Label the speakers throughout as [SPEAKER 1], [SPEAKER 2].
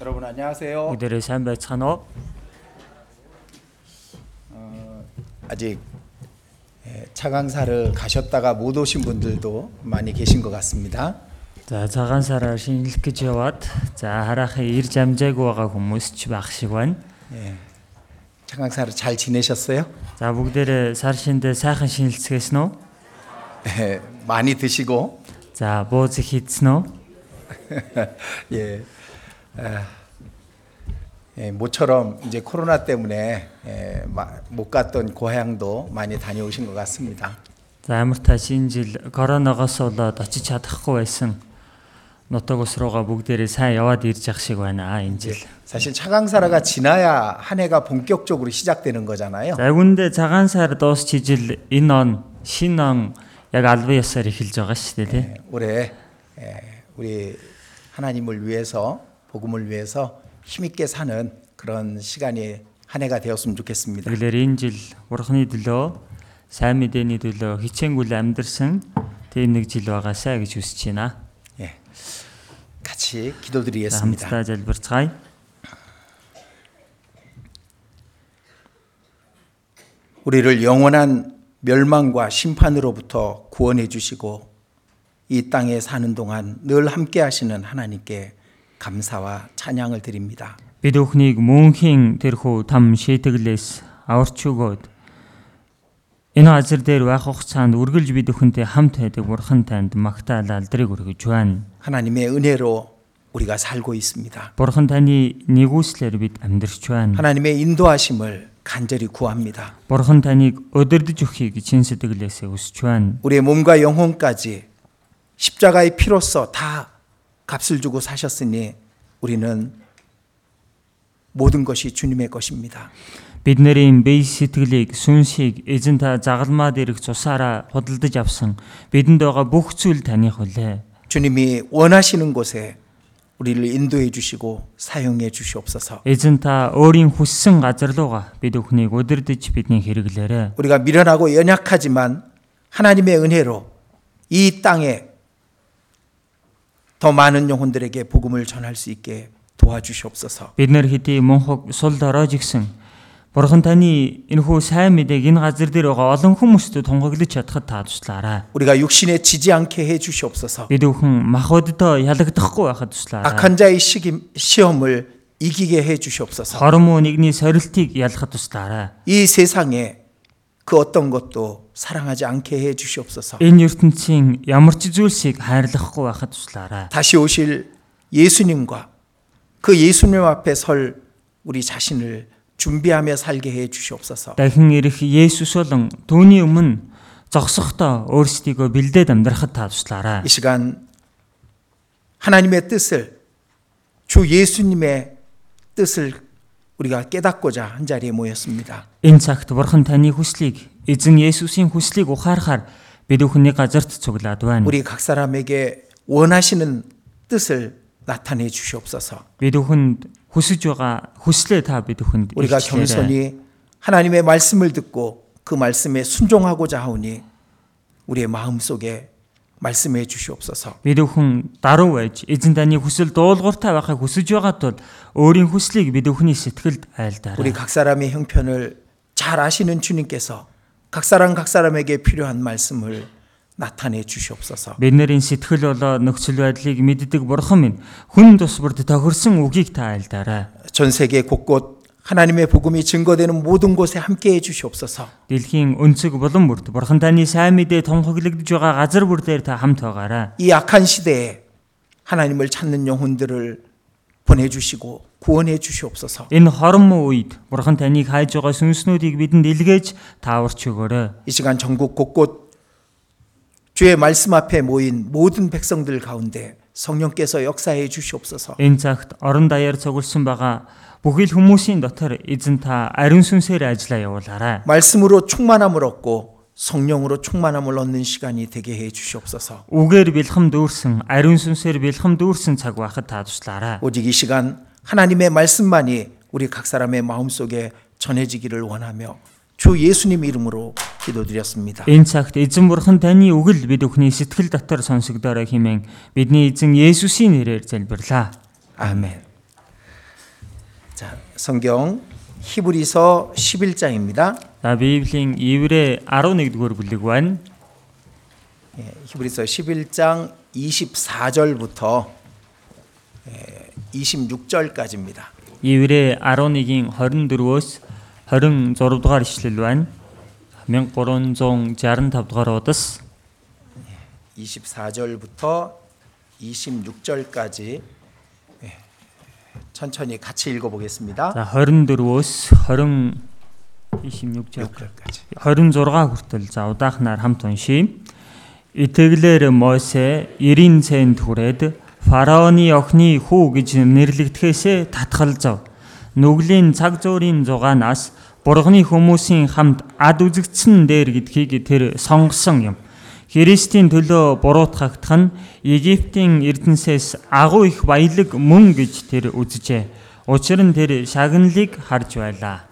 [SPEAKER 1] 여러분 안녕하세요.
[SPEAKER 2] 이들을 сайн байцгаана уу?
[SPEAKER 1] 아직 예, 차강사를 가셨다가 못 오신 분들도 많이 계신 것 같습니다.
[SPEAKER 2] За цагаан сараар шинэлэх гэж яваад за хараахан ирж амжаагүй байгаа хүмүүс ч байх шиг байна.
[SPEAKER 1] 예. 차강사를 잘 지내셨어요?
[SPEAKER 2] За бүгдээрээ сар шиндээ сайхан шинэлцгээсэн үү?
[SPEAKER 1] 예, 많이 드시고
[SPEAKER 2] За бууз их хийдсэн үү?
[SPEAKER 1] 예. 아, 예, 모처럼 이제 코로나 때문에 예, 마- 못 갔던 고향도 많이 다녀오신 것 같습니다.
[SPEAKER 2] За амар та шинэ жил коронавигоос болоод очиж чадахгүй байсан нутаг ус руугаа бүгдээрээ сайн яваад ирж явах шиг байна аа
[SPEAKER 1] 예,
[SPEAKER 2] энэ жил.
[SPEAKER 1] 사실 차강사라가 지나야 한 해가 본격적으로 시작되는 거잖아요.
[SPEAKER 2] За үүндээ цагаан сар дуусч ижил энэ он шинэ он яг албан ёсоор эхэлж байгаа шүү дээ тий.
[SPEAKER 1] 예, 올해 예, 우리 하나님을 위해서 복음을 위해서 힘있게 사는 그런 시간이 한 해가 되었으면 좋겠습니다.
[SPEAKER 2] Тэгэлэр энэ жил Бурхны төлөө сайн мэдээний төлөө хичээнгүйл амьдэрсэн тийм нэг жил байгаасай гэж хүсэж байна.
[SPEAKER 1] 예, 같이
[SPEAKER 2] За,
[SPEAKER 1] 기도드리겠습니다.
[SPEAKER 2] Хамтдаа залбирцгаая.
[SPEAKER 1] 우리를 영원한 멸망과 심판으로부터 구원해 주시고 이 땅에 사는 동안 늘 함께 하시는 하나님께 감사와 찬양을 드립니다.
[SPEAKER 2] Бид бүхнийг мөнхийн тэрхүү там шийтгэлээс аварч өгөөд энэ азар дээр байх хугацаанд үргэлж бид бүхэнтэй хамт байдаг Бурхан танд магтаал алдрыг өргөж байна.
[SPEAKER 1] 하나님의 은혜로 우리가 살고 있습니다.
[SPEAKER 2] Бурхан таны нэгүслэр бид амьдарч байна.
[SPEAKER 1] 하나님의 인도하심을 간절히 구합니다.
[SPEAKER 2] Бурхан таныг өдөрдөж өхийг чин сэтгэлээсээ хүсэж байна.
[SPEAKER 1] 우리의 몸과 영혼까지 십자가의 피로써 다 값을 주고 사셨으니 우리는 모든 것이 주님의 것입니다.
[SPEAKER 2] Бид нарын бие сэтгэлийг, сүнсийг эзэн та загалмаа дээрх цусаараа худалдаж авсан. Бидэнд байгаа бүх зүйл таних үлээ.
[SPEAKER 1] 주님이 원하시는 곳에 우리를 인도해 주시고 사용해 주시옵소서.
[SPEAKER 2] Эзэн та өөрийн хүссэн газар руугаа бид бүхнийг өдөрдөж бидний хэрэглээрэ.
[SPEAKER 1] 우리가 미련하고 연약하지만 하나님의 은혜로 이 땅에 더 많은 영혼들에게 복음을 전할 수 있게 도와주시옵소서.
[SPEAKER 2] Бид нар хэдий мөн хог сул дорож гисэн Бурхан таны энэхүү сайн мэдээг энэ газар дээр байгаа олон хүмүүст тунгаглаж чадхад та туслаарай.
[SPEAKER 1] 우리가 육신에 지지 않게 해 주시옵소서.
[SPEAKER 2] Бид бүхэн махвддоо ялагдахгүй байхад туслаарай.
[SPEAKER 1] 아. 악한 자의 시기- 시험을 이기게 해 주시옵소서.
[SPEAKER 2] Хорм уу нэгний сорилтыг ялахад туслаарай.
[SPEAKER 1] 이 세상에 그 어떤 것도 사랑하지 않게 해 주시옵소서.
[SPEAKER 2] Энэ ертөнцийн ямар ч зүйлсийг хайрлахгүй байхад туслаарай.
[SPEAKER 1] 다시 오실 예수님과 그 예수님 앞에 설 우리 자신을 준비하며 살게 해 주시옵소서.
[SPEAKER 2] Дахин ирэх Есүс болон түүний өмнө зогсохдоо өөрсдийгөө бэлдээд амьдрахад та туслаарай.
[SPEAKER 1] 이 시간 하나님의 뜻을 주 예수님의 뜻을 우리가 깨닫고자 한 자리에 모였습니다.
[SPEAKER 2] Энэ цагт Бурхан таны хүслийг, эзэн Есүсийн хүслийг ухаарахаар бид бүхний газарт цуглаад байна.
[SPEAKER 1] 우리 각 사람에게 원하시는 뜻을 나타내 주시옵소서.
[SPEAKER 2] Бид бүхэнд хүсэж байгаа хүслээ та бид бүхэнд
[SPEAKER 1] 우리가
[SPEAKER 2] илчлээрэй.
[SPEAKER 1] 겸손히 하나님의 말씀을 듣고 그 말씀에 순종하고자 하오니 우리의 마음속에 말씀해 주시옵소서.
[SPEAKER 2] Бид өхөн даруй байж эзэн таны хүсэл дуулууртай байхыг хүсэж байгаа тул өөрийн хүслийг бид өхний сэтгэлд
[SPEAKER 1] 우리
[SPEAKER 2] айлдаарай.
[SPEAKER 1] 각 사람의 형편을 잘 아시는 주님께서 각 사람 각 사람에게 필요한 말씀을 나타내 주시옵소서.
[SPEAKER 2] Бид нарын сэтгэл болоо нөхцөл байдлыг мэддэг бурхан минь хүн тус бүрд тохирсон үгийг та айлдаарай.
[SPEAKER 1] 전 세계 곳곳 하나님의 복음이 증거되는 모든 곳에 함께해 주시옵소서.
[SPEAKER 2] Дэлхийн өнцөг булан бүрд бурхан таны сайн мэдээ тунхаглагдж байгаа газар бүр дээр та хамт байгаарай.
[SPEAKER 1] 이 악한 시대에 하나님을 찾는 영혼들을 보내주시고 구원해 주시옵소서.
[SPEAKER 2] Энэ хором үед бурхан таныг хайж байгаа сүнснүүдийг бидэнд илгээж тааварч өгөөрэй.
[SPEAKER 1] 이 시간 전국 곳곳 주의 말씀 앞에 모인 모든 백성들 가운데 성령께서 역사해 주시옵소서.
[SPEAKER 2] Энэ цагт орон даяар цугласан байгаа бүхэл хүмүүсийн дотор эзэн та ариун сүнсээр ажиллаа явуулаарай.
[SPEAKER 1] 말씀으로 충만함을 얻고 성령으로 충만함을 얻는 시간이 되게 해 주시옵소서.
[SPEAKER 2] Үгээр бэлхэм дүүрсэн, ариун сүнсээр бэлхэм дүүрсэн цаг байхад та туслаарай.
[SPEAKER 1] 오직 이 시간 하나님의 말씀만이 우리 각 사람의 마음속에 전해지기를 원하며 주 예수님 이름으로 기도드렸습니다.
[SPEAKER 2] Энэ цагт эзэн бурхан таны үгэл бид бүхний сэтгэл дотор сонсогдорой хэмээн бидний эзэн Есүсийн нэрээр залбирлаа.
[SPEAKER 1] 아멘. 자, 성경 히브리서 11장입니다.
[SPEAKER 2] За Библийн Иврэ 11-р бүлэг байна.
[SPEAKER 1] 예, 히브리서 11장 24절부터 예, 26절까지입니다.
[SPEAKER 2] Иврэ 11-ийн 24-өөс 26-р ишлэл байна. 1365-р удас
[SPEAKER 1] 24절부터 26절까지 예, 천천히 같이 읽어보겠습니다.
[SPEAKER 2] За 24-өөс 20 26-р
[SPEAKER 1] 6절까지.
[SPEAKER 2] 26 хүртэл за удаахнаар хамт уншийе. Итгэлээр Мосе 90 цент хүрээд фараоны охины хүү гэж нэрлэгдэхээсээ татгалзав. Нүглийн цаг зуурийн зугаанаас Бурхны хүмүүсийн хамт ад үзэгдсэн дээр гэдгийг тэр сонгосон юм. Христийн төлөө буруутгагдах нь Египтийн эрдэнсээс агуу их баялаг мөн гэж тэр үзжээ. Учир нь тэр шагналыг харж байлаа.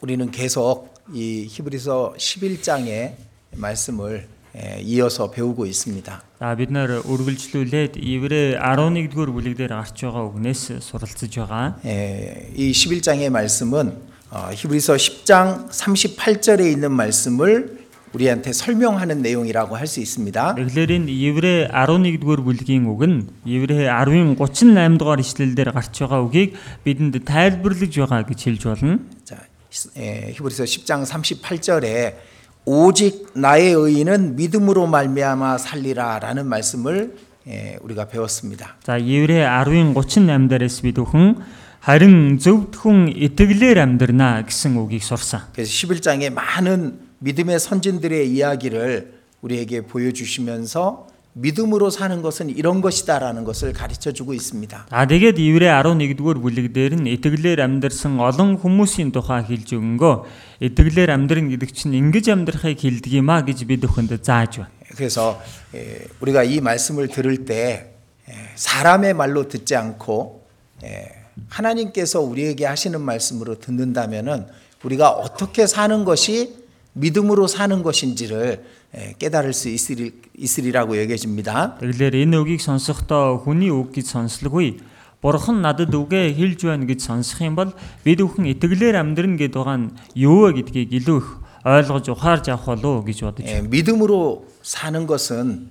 [SPEAKER 1] 우리는 계속 이 히브리서 11장의 말씀을 예, 이어서 배우고 있습니다.
[SPEAKER 2] За бид нэр үргэлжлүүлээд Иврэ 11-р бүлэг дээр гарч байгаа үгнээс суралцж байгаа.
[SPEAKER 1] 예, 이 11장의 말씀은 어, 히브리서 10장 38절에 있는 말씀을 우리한테 설명하는 내용이라고 할 수 있습니다.
[SPEAKER 2] Тэгэхээр энэ Иврэ 11-р бүлгийн үг нь Иврэ 10:38-р ишлэл дээр гарч байгаа үгийг бидэнд тайлбарлаж байгаа гэж хэлж болно.
[SPEAKER 1] 자, 시- 예, 히브리서 10장 38절에 오직 나의 의인은 믿음으로 말미암아 살리라라는 말씀을 예, 우리가 배웠습니다.
[SPEAKER 2] За Иврэ 10:38-аас бид бүхэн харин зөвдхөн итгэлээр амьдрнаа гэсэн үгийг сурсан.
[SPEAKER 1] 그래서 11장에 많은 믿음의 선진들의 이야기를 우리에게 보여주시면서 믿음으로 사는 것은 이런 것이다라는 것을 가르쳐 주고 있습니다.
[SPEAKER 2] За тэгээд Иврэ 11-р бүлэг дээр нь итгэлээр амьдрсан олон хүмүүсийн тухай хэлж өгөнгөө итгэлээр амьдрна гэдэг чинь ингэж амьдрахыг хэлдэг юм а гэж бид өхөнд зааж байна.
[SPEAKER 1] 그래서 예, 우리가 이 말씀을 들을 때 예, 사람의 말로 듣지 않고 예, 하나님께서 우리에게 하시는 말씀으로 듣는다면은 우리가 어떻게 사는 것이 믿음으로 사는 것인지를 예, 깨달을 수 있으리, 있으리라고 여겨집니다.
[SPEAKER 2] Тэгэлэр энэ үгийг сонсохдоо хүний үг гэж сонслогүй Бурхан надад үгээ хэлж байна гэж сонсох юм бол бид бүхэн итгэлээр амьдрна гэдэг байгаа нь юу вэ гэдгийг илүү их ойлгож ухаарж авах болов уу гэж бодож байна.
[SPEAKER 1] 예, 믿음으로 사는 것은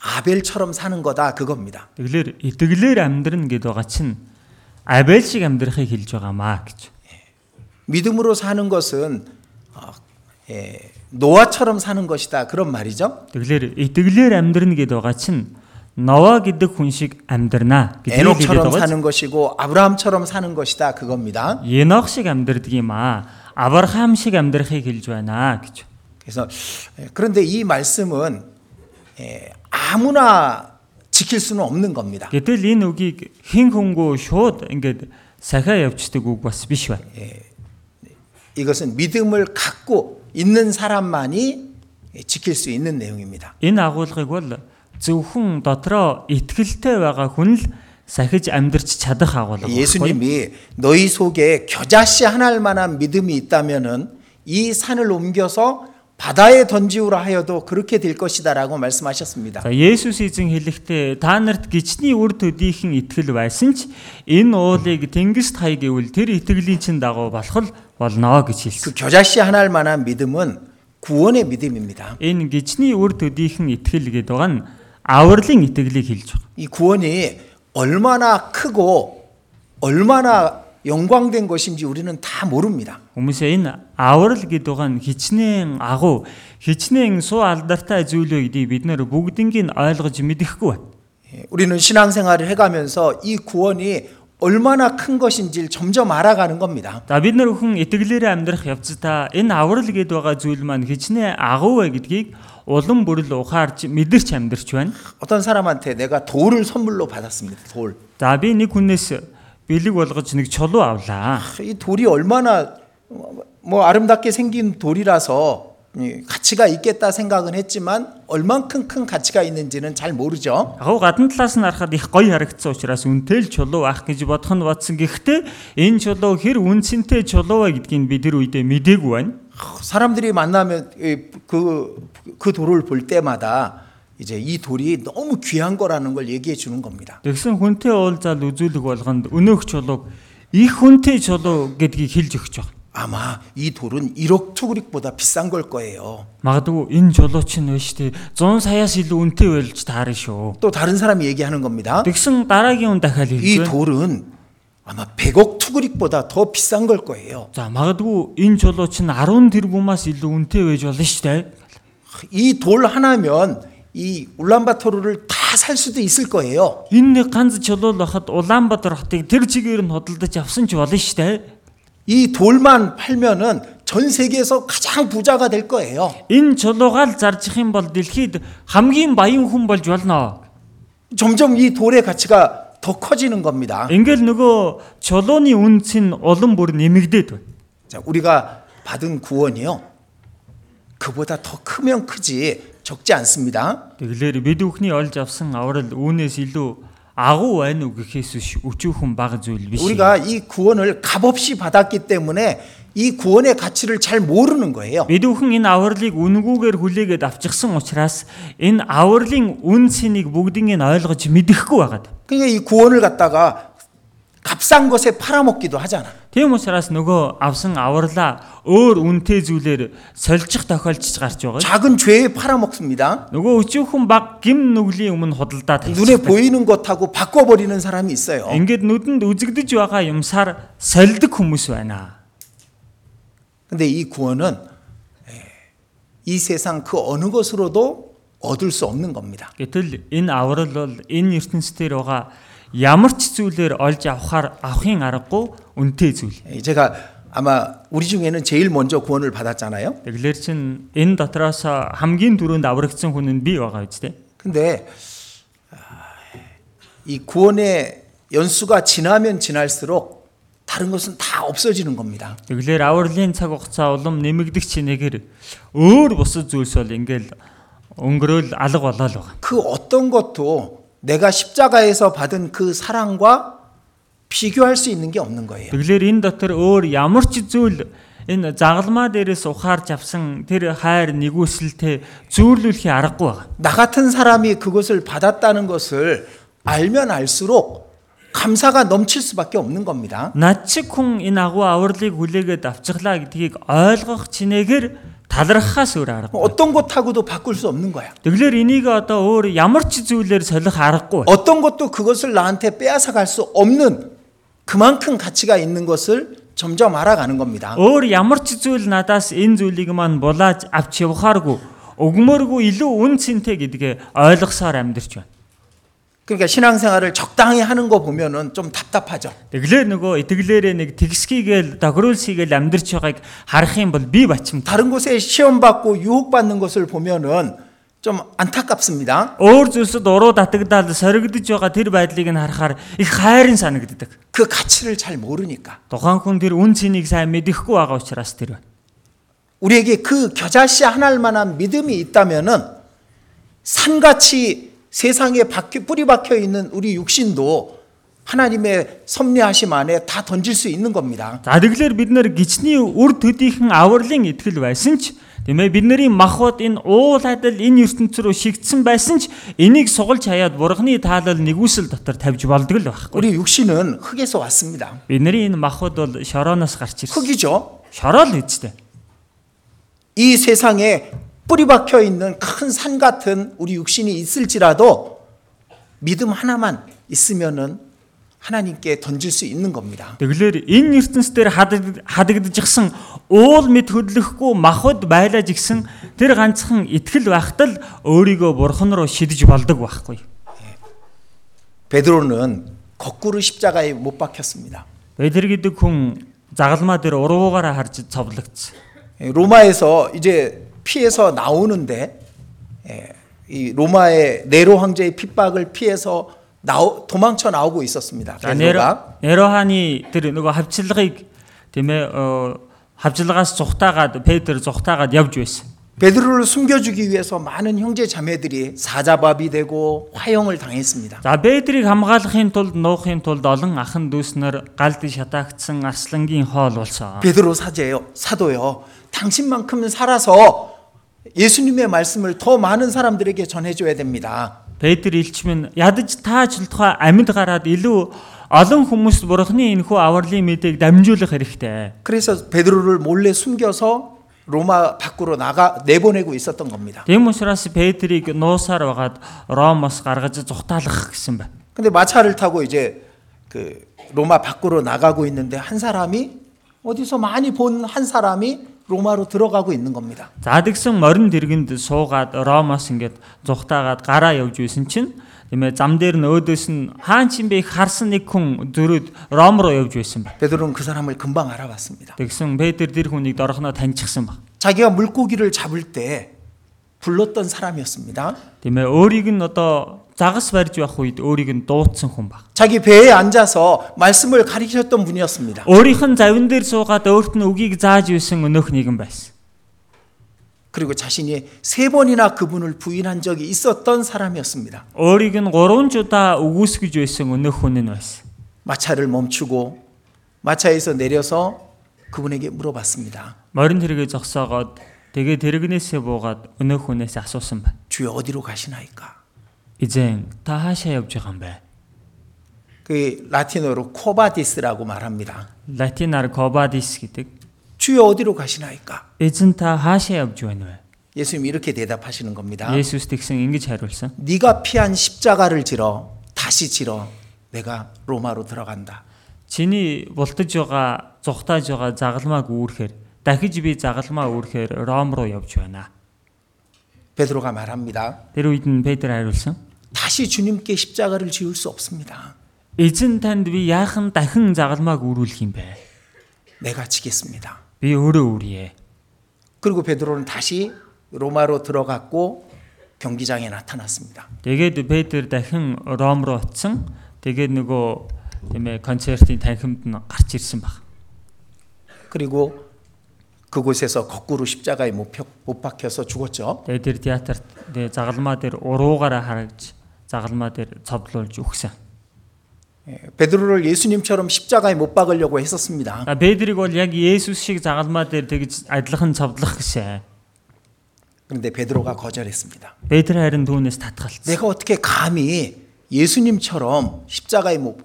[SPEAKER 1] 아벨처럼 사는 거다 그겁니다.
[SPEAKER 2] Тэгэлэр итгэлээр амьдрна гэдэг байгаа чинь Абель шиг амьдрахыг хэлж байгаамаа гэж.
[SPEAKER 1] 믿음으로 사는 것은 어, 예, 노아처럼 사는 것이다 그런 말이죠.
[SPEAKER 2] Тэгэлэр итгэлээр амьдрна гэдэг байгаа чинь Нова гэдэг хүн шиг амьдрна гэдгийг хэлээд
[SPEAKER 1] 에녹처럼
[SPEAKER 2] байгаа. чинь,
[SPEAKER 1] 사는 것이고 아브라함처럼 사는 것이다 그겁니다.
[SPEAKER 2] Енох шиг амьдрдаг юм аа. Авраам шиг амьдрахыг хэлж байна аа гэж.
[SPEAKER 1] 그래서 예, 그런데 이 말씀은 예, 아무나 지킬 수는 없는 겁니다.
[SPEAKER 2] Гэтэл энэ үгийг хэн хөнгөө шууд ингээд сахиа явцдаг үг бас биш байна.
[SPEAKER 1] 이것은 믿음을 갖고 있는 사람만이 예, 지킬 수 있는 내용입니다.
[SPEAKER 2] Энэ агуулгыг бол зөвхөн дотроо итгэлтэй байгаа хүн л сахиж амьдрч чадах агуулга. байхгүй.
[SPEAKER 1] 예수님이 너희 속에 겨자씨 하나일 만한 믿음이 있다면은 이 산을 옮겨서 바다에 던지우라 하여도 그렇게 될 것이다라고 말씀하셨습니다.
[SPEAKER 2] За Есүс эзэн хэлэхдээ та нарт гичний үр төдийхэн итгэл байсан ч энэ уулыг тэнгист хай гэвэл тэр итгэлийн чин дагуу болох л болно гэж
[SPEAKER 1] 그
[SPEAKER 2] хэлсэн.
[SPEAKER 1] 겨자씨 하나일 만한 믿음은 구원의 믿음입니다.
[SPEAKER 2] Энэ гичний үр төдийхэн итгэл гэдэг байгаа нь авралын итгэлийг хэлж байна.
[SPEAKER 1] 이 구원이 얼마나 크고 얼마나 영광된 것인지 우리는 다 모릅니다.
[SPEAKER 2] Хүмүүсээ энэ аврал гэдэг байгаа нь хичнээн агуу хичнээн суу алдартай зүйл вэ гэдгийг бид нэр бүгднийг нь ойлгож мэдэхгүй байна.
[SPEAKER 1] 예, 우리는 신앙생활을 해가면서 이 구원이 얼마나 큰 것인지를 점점 알아가는 겁니다.
[SPEAKER 2] За бид нар өхөн итгэлээрээ амьдрах явцдаа энэ аврал гэдэг байгаа зүйл маань хичнээн агуу вэ гэдгийг улам бүрл ухаарч мэдэрч амьдрч байна.
[SPEAKER 1] 어떤 사람한테 내가 돌을 선물로 받았습니다. 돌.
[SPEAKER 2] За би нэг хүнээс бэлэг болгож нэг чулуу авлаа.
[SPEAKER 1] 이 돌이 얼마나 어, 뭐 아름답게 생긴 돌이라서 이 가치가 있겠다 생각은 했지만 얼만큼 큰 가치가 있는지는 잘 모르죠.
[SPEAKER 2] Агуу гадна талаас нь харахад их гоё харагдсан учраас үнтэй л чулуу авах гэж бодох нь бодсон. Гэхдээ энэ чулуу хэр үнцэнтэй чулуу вэ гэдгийг би тэр үедээ мдээгүй байна.
[SPEAKER 1] 사람들이 만나면 그그 그 돌을 볼 때마다 이제 이 돌이 너무 귀한 거라는 걸 얘기해 주는 겁니다.
[SPEAKER 2] Тэгсэн хүнтэй уулзаал үзүүлэх болгонд өнөөх чулууг их хүнтэй чулуу гэдгийг хэлж өгч байна.
[SPEAKER 1] 아마 이 돌은 1억 투구릭보다 비싼 걸 거예요.
[SPEAKER 2] Магадгүй энэ чулуу чинь биш тий 100 саяас илүү үнэтэй байлж таарна шүү.
[SPEAKER 1] 또 다른 사람이 얘기하는 겁니다.
[SPEAKER 2] Тэгсэн дараагийн хүн дахиад
[SPEAKER 1] 이
[SPEAKER 2] хэлж байна.
[SPEAKER 1] 돌은 아마 100억 투구릭보다 더 비싼 걸 거예요.
[SPEAKER 2] За магадгүй энэ чулуу чинь 10 тэрбумаас илүү үнэтэй байж болно шүү дээ.
[SPEAKER 1] 이 돌 하나면 이 울란바토르를 다 살 수도 있을 거예요.
[SPEAKER 2] Энэ нэг ганц чулуу л бахад Улаанбаатар хотыг тэр чигээр нь хөдөлдөж авсан ч болно шүү дээ.
[SPEAKER 1] 이 돌만 팔면은 전 세계에서 가장 부자가 될 거예요.
[SPEAKER 2] Энэ чулуугаал зарчих юм бол дэлхийд хамгийн баян хүн болж болно.
[SPEAKER 1] 점점 이 돌의 가치가 더 커지는 겁니다.
[SPEAKER 2] Ингээл нөгөө чулууны үнц нь улам бүр нэмэгдээд байна.
[SPEAKER 1] 자, 우리가 받은 구원이요. 그보다 더 크면 크지 적지 않습니다.
[SPEAKER 2] Тэгэлэр бид бүхний олж авсан аврал үүнээс илүү агуу байна уу гэхээс биш өчүүхэн бага зүйл биш.
[SPEAKER 1] 우리가 이 구원을 값없이 받았기 때문에 이 구원의 가치를 잘 모르는 거예요.
[SPEAKER 2] Бид бүхэн энэ авралыг үнгүүгээр хүлээгээд авчихсан учраас энэ авралын үн цэнийг бүгдийг нь ойлгож мэдэхгүй байгаад.
[SPEAKER 1] 그러니까 이 구원을 갖다가 값싼 것에 팔아먹기도 하잖아.
[SPEAKER 2] Тийм учраас нөгөө авсан авралаа өөр үнэтэй зүйлээр сольчих тохиолдож гарч байгаа.
[SPEAKER 1] 작은 죄에 팔아먹습니다.
[SPEAKER 2] Нөгөө өчүүхэн баг гим нүглийн өмнө худалдаад
[SPEAKER 1] 눈에 보이는 것하고 바꿔버리는 사람이 있어요.
[SPEAKER 2] Ингээд нүдэнд үзэгдэж байгаа юмсаар сольдог хүмүүс байна.
[SPEAKER 1] 근데 이 구원은 예, 이 세상 그 어느 것으로도 얻을 수 없는 겁니다.
[SPEAKER 2] Гэтэл энэ аврал бол энэ ертөнцийн дээр байгаа ямар ч зүйлээр олж авахаар авахын аргагүй үнэтэй зүйл.
[SPEAKER 1] 예, 제가 아마 우리 중에는 제일 먼저 구원을 받았잖아요.
[SPEAKER 2] Тэгэлэр чин энэ дотроос хамгийн түрүүнд аврагдсан хүн нь би байгаа биз дээ.
[SPEAKER 1] 근데 아, 이 구원의 연수가 지나면 지날수록 다른 것은 다 없어지는 겁니다.
[SPEAKER 2] Тэгэлэр авралын цаг хугацаа улам нэмэгдэх чинээгээр өөр бусад зүйлс бол ингээл өнгөрөөл алга болоо л байгаа.
[SPEAKER 1] 그 어떤 것도 내가 십자가에서 받은 그 사랑과 비교할 수 있는 게 없는 거예요.
[SPEAKER 2] Тэгэлэр энэ дотор өөр ямар ч зүйл энэ загалмаа дээрээс ухаарч авсан тэр хайр нэгүсэлтэй зөөрлүүлэхий аргагүй байгаа.
[SPEAKER 1] 나 같은 사람이 그것을 받았다는 것을 알면 알수록 감사가 넘칠 수밖에 없는 겁니다.
[SPEAKER 2] Над шиг хүн энэ агуу авралыг хүлээгээд авчглаа гэдгийг ойлгох чинээгээр талархахаас өөр аргагүй.
[SPEAKER 1] 어떤 것하고도 바꿀 수 없는 거야.
[SPEAKER 2] Тэгэлэр энийг одоо өөр ямар ч зүйлээр солих аргагүй. байна.
[SPEAKER 1] 어떤 것도 그것을 나한테 빼앗아 갈 수 없는 그만큼 가치가 있는 것을 점점 알아가는 겁니다.
[SPEAKER 2] Өөр ямар ч зүйл надаас энэ зүйлийг маань булааж авч явахааргүй. Өгмөргүй илүү үн цэнтэй гэдгээ ойлгосоор амьдрч байна.
[SPEAKER 1] 그러니까 신앙생활을 적당히 하는 거 보면은 좀 답답하죠.
[SPEAKER 2] Тэгэлэр нөгөө итгэлээрээ нэг тэгсхийгээл догруулсхийгээл амьдрч байгааг харах юм бол би бачимт.
[SPEAKER 1] 다른 곳에 시험 받고 유혹 받는 것을 보면은 좀 안타깝습니다.
[SPEAKER 2] Өөр зүйлсэд уруу татагдаад соригдож байгаа тэр байдлыг нь харахаар их хайрын санагддаг.
[SPEAKER 1] 그 가치를 잘 모르니까.
[SPEAKER 2] Тухайн хүн тэр үн цэнийг сайн мэдэхгүй байгаа учраас тэр байна.
[SPEAKER 1] 우리에게 그 겨자씨 하나일 만한 믿음이 있다면은 산같이 세상에 박혀, 뿌리 박혀 있는 우리 육신도 하나님의 섭리하심 안에 다 던질 수 있는 겁니다.
[SPEAKER 2] За тэгэлэр бид нэр гичний үр төдийхэн авралын итгэл байсан ч Тиймээ бид нарын махбод энэ уул хадал энэ ертөнцийн рүү шигдсэн байсан ч энийг сугалж хаяад бурхны таалал нэгүсэл дотор тавьж болдог л байхгүй.
[SPEAKER 1] 우리 육신은 흙에서 왔습니다.
[SPEAKER 2] Бид нарын энэ махбод бол шороноос гарч ирсэн.
[SPEAKER 1] 흙이죠.
[SPEAKER 2] Шороо л үсттэй.
[SPEAKER 1] 이 세상에 뿌리 박혀 있는 큰 산 같은 우리 육신이 있을지라도 믿음 하나만 있으면은 하나님께 던질 수 있는 겁니다.
[SPEAKER 2] Тэгэлэр энэ ертөнцийн дээр хадаг- хадагдчихсан уул мэд хөдлөхгүй махад байлаж игсэн тэр ганцхан итгэл байхтал өөрийгөө бурхан руу шидэж болдог байхгүй.
[SPEAKER 1] 베드로는 거꾸로 십자가에 못 박혔습니다.
[SPEAKER 2] Бэлэр гэдэг хүн загалмаа дээр уруугаараа харж цовлогдсон.
[SPEAKER 1] 예, 로마에서 이제 피해서 나오는데 예, 이 로마의 네로 황제의 핍박을 피해서 나오, 도망쳐 나오고 있었습니다.
[SPEAKER 2] За
[SPEAKER 1] 베드로가
[SPEAKER 2] Неро Нероханы тэр нөгөө хавчлагыг тийм ээ э, хавчлагаас зүхтаагаад Петр зүхтаагаад явж байсан.
[SPEAKER 1] 베드로를 숨겨주기 위해서 많은 형제 자매들이 사자밥이 되고 화형을 당했습니다.
[SPEAKER 2] За Петрийг хамгаалахын тулд нуухын тулд олон ахын дүүснэр галд шатаагдсан арслангийн хоол болсон.
[SPEAKER 1] 베드로 사제요, 사도요, 당신만큼은 살아서 예수님의 말씀을 더 많은 사람들에게 전해줘야 됩니다.
[SPEAKER 2] Петр илчмэн ядаж таажлтхаа амьд гараад илүү олон хүмүүст бурхны энэхүү авралын мэдээг дамжуулах хэрэгтэй.
[SPEAKER 1] 그래서 베드로를 몰래 숨겨서 로마 밖으로 나가 내보내고 있었던 겁니다.
[SPEAKER 2] Тэм учраас Петрийг нуусаар байгаад Ромоос гаргаж зүхтаалах гэсэн байна.
[SPEAKER 1] 근데 마차를 타고 이제 그 로마 밖으로 나가고 있는데 한 사람이 어디서 많이 본 한 사람이 로마로 들어가고 있는 겁니다.
[SPEAKER 2] За тэгсэн морин дэргэнд суугаад Ромоос ингээд зүхтаагаад гараа явж байсан чинь тиймээ зам дээр нөөдөөс нь хаан чин би харсан нэг хүн зөрөөд Ром руу явж байсан байна.
[SPEAKER 1] 베드로는 그 사람을 금방 알아봤습니다.
[SPEAKER 2] Тэгсэн Петр тэр хүнийг дорхоноо таньчихсан баг.
[SPEAKER 1] 자기가 물고기를 잡을 때 불렀던 사람이었습니다.
[SPEAKER 2] Тиймээ өөрийг нь одоо загас барьж байх үед өөрийг нь дуудсан хүн баг.
[SPEAKER 1] 자기 배에 앉아서 말씀을 가르치셨던 분이었습니다.
[SPEAKER 2] Өөрийнх нь завин дээр суугаад өөрт нь үгийг зааж юусэн өнөөх нэгэн байсан.
[SPEAKER 1] 그리고 자신이 세 번이나 그분을 부인한 적이 있었던 사람이었습니다.
[SPEAKER 2] Өөрийг нь 3 жуда өгөөсгөж байсан өнөөх хүн нь байсан.
[SPEAKER 1] 마차를 멈추고 마차에서 내려서 그분에게 물어봤습니다.
[SPEAKER 2] Морин хэрэгээ зогсоогоод тэгээд хэрэгнээсээ буугаад өнөөх хүнээс асуусан байна.
[SPEAKER 1] 주여 어디로 가시나이까?
[SPEAKER 2] Эзэн та хаашаа явж байгаа юм бэ?
[SPEAKER 1] 그 라틴어로 코바디스라고 말합니다.
[SPEAKER 2] Латинаар кобадис гэдэг.
[SPEAKER 1] 주여 어디로 가시나이까?
[SPEAKER 2] Эзэн та хаашаа явж байна вэ?
[SPEAKER 1] 예수님 이렇게 대답하시는 겁니다.
[SPEAKER 2] Есүс тэгсэн ингэж хариулсан.
[SPEAKER 1] 네가 피한 십자가를 지러 다시 지러 내가 로마로 들어간다.
[SPEAKER 2] Чиний бултаж байгаа, зүхтааж байгаа загалмааг үүрэхээр дахиж би загалмаа үүрэхээр Ром руу явж байна.
[SPEAKER 1] 베드로가 말합니다.
[SPEAKER 2] Тэр үед нь Петр хариулсан.
[SPEAKER 1] 다시 주님께 십자가를 지을 수 없습니다.
[SPEAKER 2] Эзэн танд би яахан дахин загалмааг өрүүлэх юм бэ?
[SPEAKER 1] 내가 지겠습니다.
[SPEAKER 2] Би өөрөө үрье.
[SPEAKER 1] 그리고 베드로는 다시 로마로 들어갔고 경기장에 나타났습니다.
[SPEAKER 2] Тэгээд Петр дахин Ром руу очсон. Тэгээд нөгөө тийм ээ концертын танхимд нь гарч ирсэн баг.
[SPEAKER 1] 그리고 그곳에서 거꾸로 십자가에 못, 펴- 못 박혀서 죽었죠.
[SPEAKER 2] Тэгээд тэр театрт тэгээ загалмаа дээр уруугаараа харагч загалмаа дээр цовдлуулж өгсөн.
[SPEAKER 1] 예, 베드로를 예수님처럼 십자가에 못 박으려고 했었습니다.
[SPEAKER 2] А Петрийг бол яг Есүс шиг загалмаа дээр тэгж адилхан цовдлох гэсэн.
[SPEAKER 1] 그런데 베드로가 거절했습니다.
[SPEAKER 2] Петр харин түүнээс татгалцсан.
[SPEAKER 1] 내가 어떻게 감히 예수님처럼 십자가에 못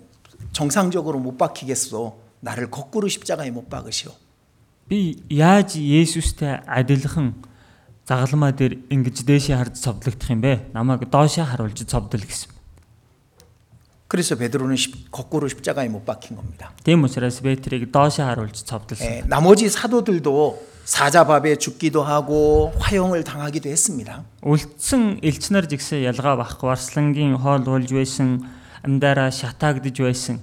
[SPEAKER 1] 정상적으로 못 박히겠소? 나를 거꾸로 십자가에 못 박으시오.
[SPEAKER 2] Би яаж Есүстэй адилхан загалмаа дээр ингэж дээшээ харж цовдлогдох юм бэ? Намайг доошоо харуулж цовдол гэсэн.
[SPEAKER 1] 그래서 베드로는 십- 거꾸로 십자가에 못 박힌 겁니다.
[SPEAKER 2] Тийм учраас Петрийг доошоо харуулж цовдлсан.
[SPEAKER 1] 예, 나머지 사도들도 사자밥에 죽기도 하고 화형을 당하기도 했습니다.
[SPEAKER 2] Үлдсэн элчнэр жигсээ ялгаа байхгүй Арслангийн хоол уулж байсан, амдаараа шатаагдж байсан.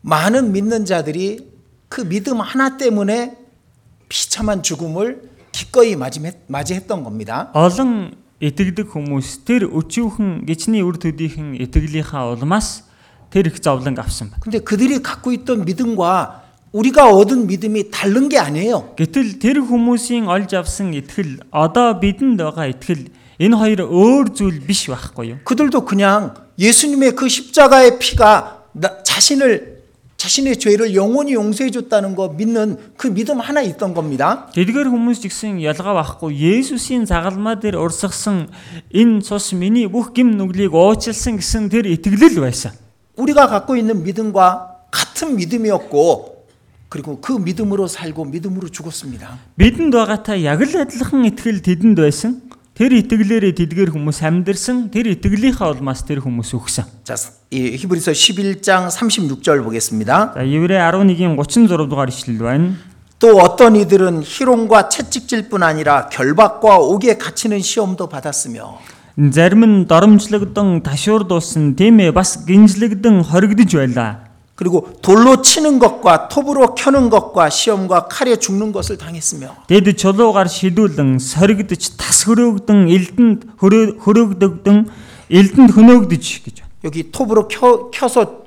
[SPEAKER 1] 많은 믿는 자들이 그 믿음 하나 때문에 비참한 죽음을 기꺼이 맞이했- 맞이했던 겁니다.
[SPEAKER 2] Олон итгэдэг хүмүүс тэр өчүүхэн гичний үр төдийхөн итгэлийнхаа улмаас тэр их зовлон авсан байна.
[SPEAKER 1] 근데 그들이 갖고 있던 믿음과 우리가 얻은 믿음이 다른 게 아니에요.
[SPEAKER 2] Гэтэл тэр хүмүүсийн олж авсан итгэл одоо бидэнд байгаа итгэл энэ хоёр өөр зүйл биш байхгүй юу?
[SPEAKER 1] 그들도 그냥 예수님의 그 십자가의 피가 나- 자신을 자신의 죄를 영원히 용서해 줬다는 거 믿는 그 믿음 하나 있던 겁니다.
[SPEAKER 2] Тэдгээр хүмүүс ч гэсэн ялгаа байхгүй Есүсийн загалмаа дээр урсгасан энэ цус миний бүх гим нүглийг уучлсан гэсэн тэр итгэл байсан.
[SPEAKER 1] 우리가 갖고 있는 믿음과 같은 믿음이었고 그리고 그 믿음으로 살고 믿음으로 죽었습니다.
[SPEAKER 2] Бидэнд байгаатай яг л адилхан итгэл тэдэнд байсан. Тэр итгэлээрээ тэдгээр хүмүүс амьдэрсэн. Тэр итгэлийнхаа улмаас тэр хүмүүс өгсөн.
[SPEAKER 1] 자, 이 히브리서 11장 36절 보겠습니다.
[SPEAKER 2] За Еврэ 11-ийн 36 дугаар ишлэл байна.
[SPEAKER 1] 또 어떤 이들은 희롱과 채찍질뿐 아니라 결박과 옥에 갇히는 시험도 받았으며
[SPEAKER 2] Зарим нь доромжлогдсон, ташуурдуулсан, тийм ээ бас гинжлэгдэн хоригдож байлаа.
[SPEAKER 1] 그리고 돌로 치는 것과 톱으로 켜는 것과 시험과 칼에 죽는 것을 당했으며
[SPEAKER 2] Тэд чулуугаар шидүүлэн, соригдож, тас хөрөөгдөн, элдэнд хөрөө- хөрөөгдөгдөн, элдэнд хөнөөгдөж гэж байна.
[SPEAKER 1] 여기 톱으로 켜, 켜서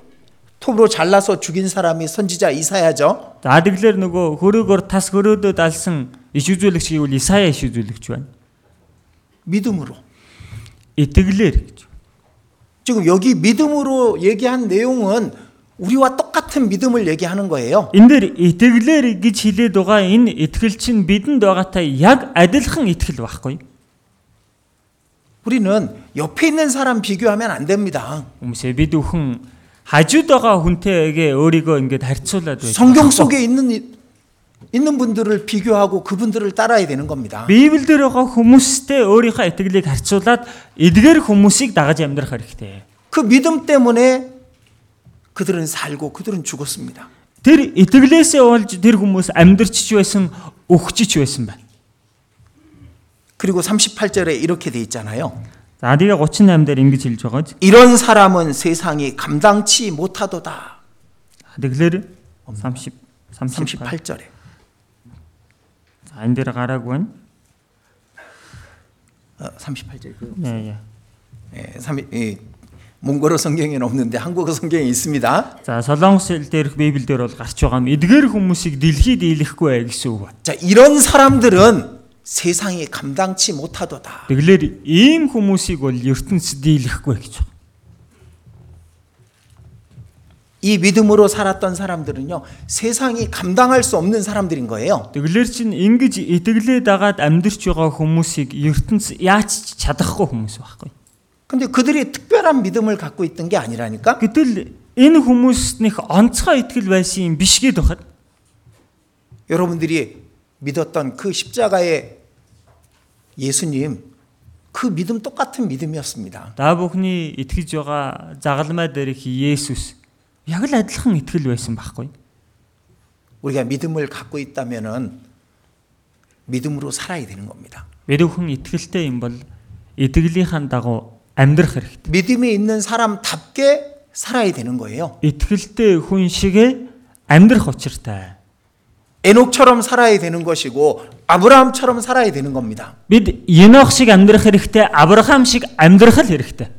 [SPEAKER 1] 톱으로 잘라서 죽인 사람이 선지자 이사야죠.
[SPEAKER 2] За тэгэлэр нөгөө хөрөөгөр тас хөрөөдөө алсан иш үзүүлэгч гэвэл Исая иш үзүүлэгч байна.
[SPEAKER 1] 믿음으로.
[SPEAKER 2] Итгэлээр гэж.
[SPEAKER 1] 지금 여기 믿음으로 얘기한 내용은 우리와 똑같은 믿음을 얘기하는 거예요.
[SPEAKER 2] Энд дээр итгэлээр гэж хэлээд байгаа энэ итгэл чинь бидэнд байгаатай яг адилхан итгэл байхгүй.
[SPEAKER 1] 우리는 옆에 있는 사람 비교하면 안 됩니다.
[SPEAKER 2] Хүмүүсээ бид өхөн хажууд байгаа хүнтэйгээ өөрийгөө ингээд харьцуулаад байж
[SPEAKER 1] 성경
[SPEAKER 2] болохгүй.
[SPEAKER 1] 속에 있는 이- 있는 분들을 비교하고 그분들을 따라야 되는 겁니다.
[SPEAKER 2] Библиэлд байгаа хүмүүстэй өөрийнхөө итгэлийг харьцуулаад эдгээр хүмүүсийг дагаж амьдрах хэрэгтэй.
[SPEAKER 1] 그 믿음 때문에 그들은 살고 그들은 죽었습니다.
[SPEAKER 2] Тэр итгэлээсээ болж тэр хүмүүс амьдрч байсан, өгчч байсан байна.
[SPEAKER 1] 그리고 38절에 이렇게 돼 있잖아요.
[SPEAKER 2] За тэгээ 38 дээр ингэж хэлж байгаа ч.
[SPEAKER 1] 이런 사람은 세상이 감당치 못하도다.
[SPEAKER 2] Тэгэлэр 30 38.
[SPEAKER 1] 38절에.
[SPEAKER 2] За энэ дээр гараагүй байна.
[SPEAKER 1] 어, 38절. 그
[SPEAKER 2] Яа яа.
[SPEAKER 1] 예, 삼, 예, 몽골어 성경에는 없는데 한국어 성경에 있습니다.
[SPEAKER 2] За Солонгос хэл дээрх Библиэлд бол гарч байгаа юм. Эдгээр хүмүүсийг дэлхийд ийлэхгүй ээ гэсэн үг байна.
[SPEAKER 1] 자, 이런 사람들은 세상이 감당치 못하도다.
[SPEAKER 2] Тэгэлэр ийм хүмүүсийг бол ертөнцид ийлэхгүй ээ гэж байна.
[SPEAKER 1] 이 믿음으로 살았던 사람들은요, 세상이 감당할 수 없는 사람들인 거예요.
[SPEAKER 2] Тэгэлэр чинь ингэж итгэлээ дагаад амьдрч байгаа хүмүүсийг ертөнц яаж ч чадахгүй хүмүүс байхгүй.
[SPEAKER 1] 근데 그들이 특별한 믿음을 갖고 있던 게 아니라니까?
[SPEAKER 2] Гэтэл энэ хүмүүснийх онцгой итгэл байсан юм биш гээд бахад
[SPEAKER 1] 여러분들이 믿었던 그 십자가의 예수님, 그 믿음 똑같은 믿음이었습니다.
[SPEAKER 2] даа бүхний итгэж байгаа загалмай дээрх Есүс яг л адилхан итгэл байсан байхгүй.
[SPEAKER 1] 우리가 믿음을 갖고 있다면은 믿음으로 살아야 되는 겁니다.
[SPEAKER 2] Бид бүхэн итгэлтэй юм бол итгэлийнхаа дагуу амьдрах хэрэгтэй.
[SPEAKER 1] 믿음이 있는 사람답게 살아야 되는 거예요.
[SPEAKER 2] Итгэлтэй хүн шигэ амьдрах учиртай.
[SPEAKER 1] 에녹처럼 살아야 되는 것이고 아브라함처럼 살아야 되는 겁니다.
[SPEAKER 2] Бид Енох шиг амьдрах хэрэгтэй, Авраам шиг амьдрах л хэрэгтэй.